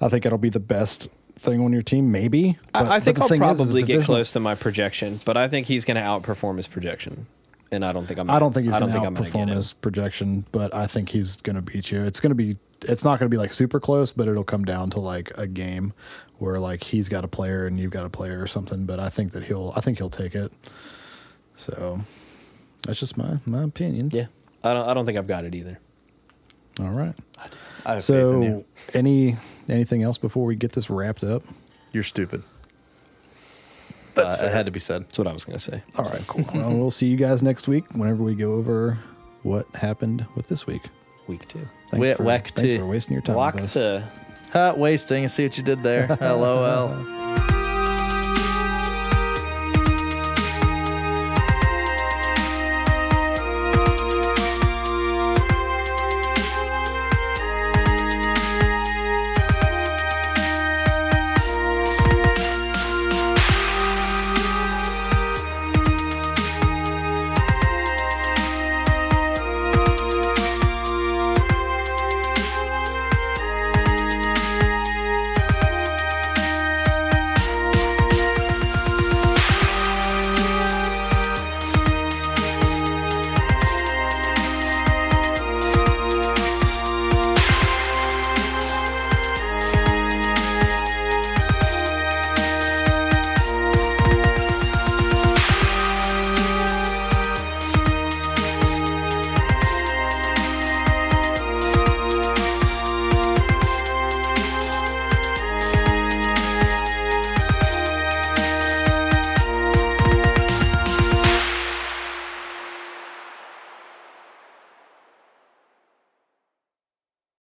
[SPEAKER 1] I think it'll be the best thing on your team, maybe. but-
[SPEAKER 2] I, I
[SPEAKER 1] but
[SPEAKER 2] think
[SPEAKER 1] the
[SPEAKER 2] I'll
[SPEAKER 1] thing is, is
[SPEAKER 2] probably get
[SPEAKER 1] divisional.
[SPEAKER 2] close to my projection, but I think he's going to outperform his projection, and I don't think I'm.
[SPEAKER 1] I don't think he's
[SPEAKER 2] I
[SPEAKER 1] going
[SPEAKER 2] don't
[SPEAKER 1] to
[SPEAKER 2] think I'm gonna get
[SPEAKER 1] outperform
[SPEAKER 2] him.
[SPEAKER 1] his projection, but I think he's going to beat you. It's going to be. It's not going to be like super close, but it'll come down to like a game where like he's got a player and you've got a player or something. But I think that he'll. I think he'll take it. So that's just my my opinion.
[SPEAKER 2] Yeah, I don't. I don't think I've got it either.
[SPEAKER 1] All right.
[SPEAKER 3] I have faith in
[SPEAKER 1] So
[SPEAKER 3] you.
[SPEAKER 1] any anything else before we get this wrapped up?
[SPEAKER 3] you're stupid.
[SPEAKER 2] That's
[SPEAKER 3] Uh, It had to be said.
[SPEAKER 2] That's what I was going to say.
[SPEAKER 1] All right. Cool. well, we'll see you guys next week whenever we go over what happened with this week.
[SPEAKER 2] Week two.
[SPEAKER 1] Thanks,
[SPEAKER 3] Wet
[SPEAKER 1] for,
[SPEAKER 3] whack
[SPEAKER 1] thanks
[SPEAKER 3] tea.
[SPEAKER 1] for wasting your time.
[SPEAKER 2] Block
[SPEAKER 1] with us.
[SPEAKER 2] to.
[SPEAKER 3] Ha, wasting. I see what you did there. LOL.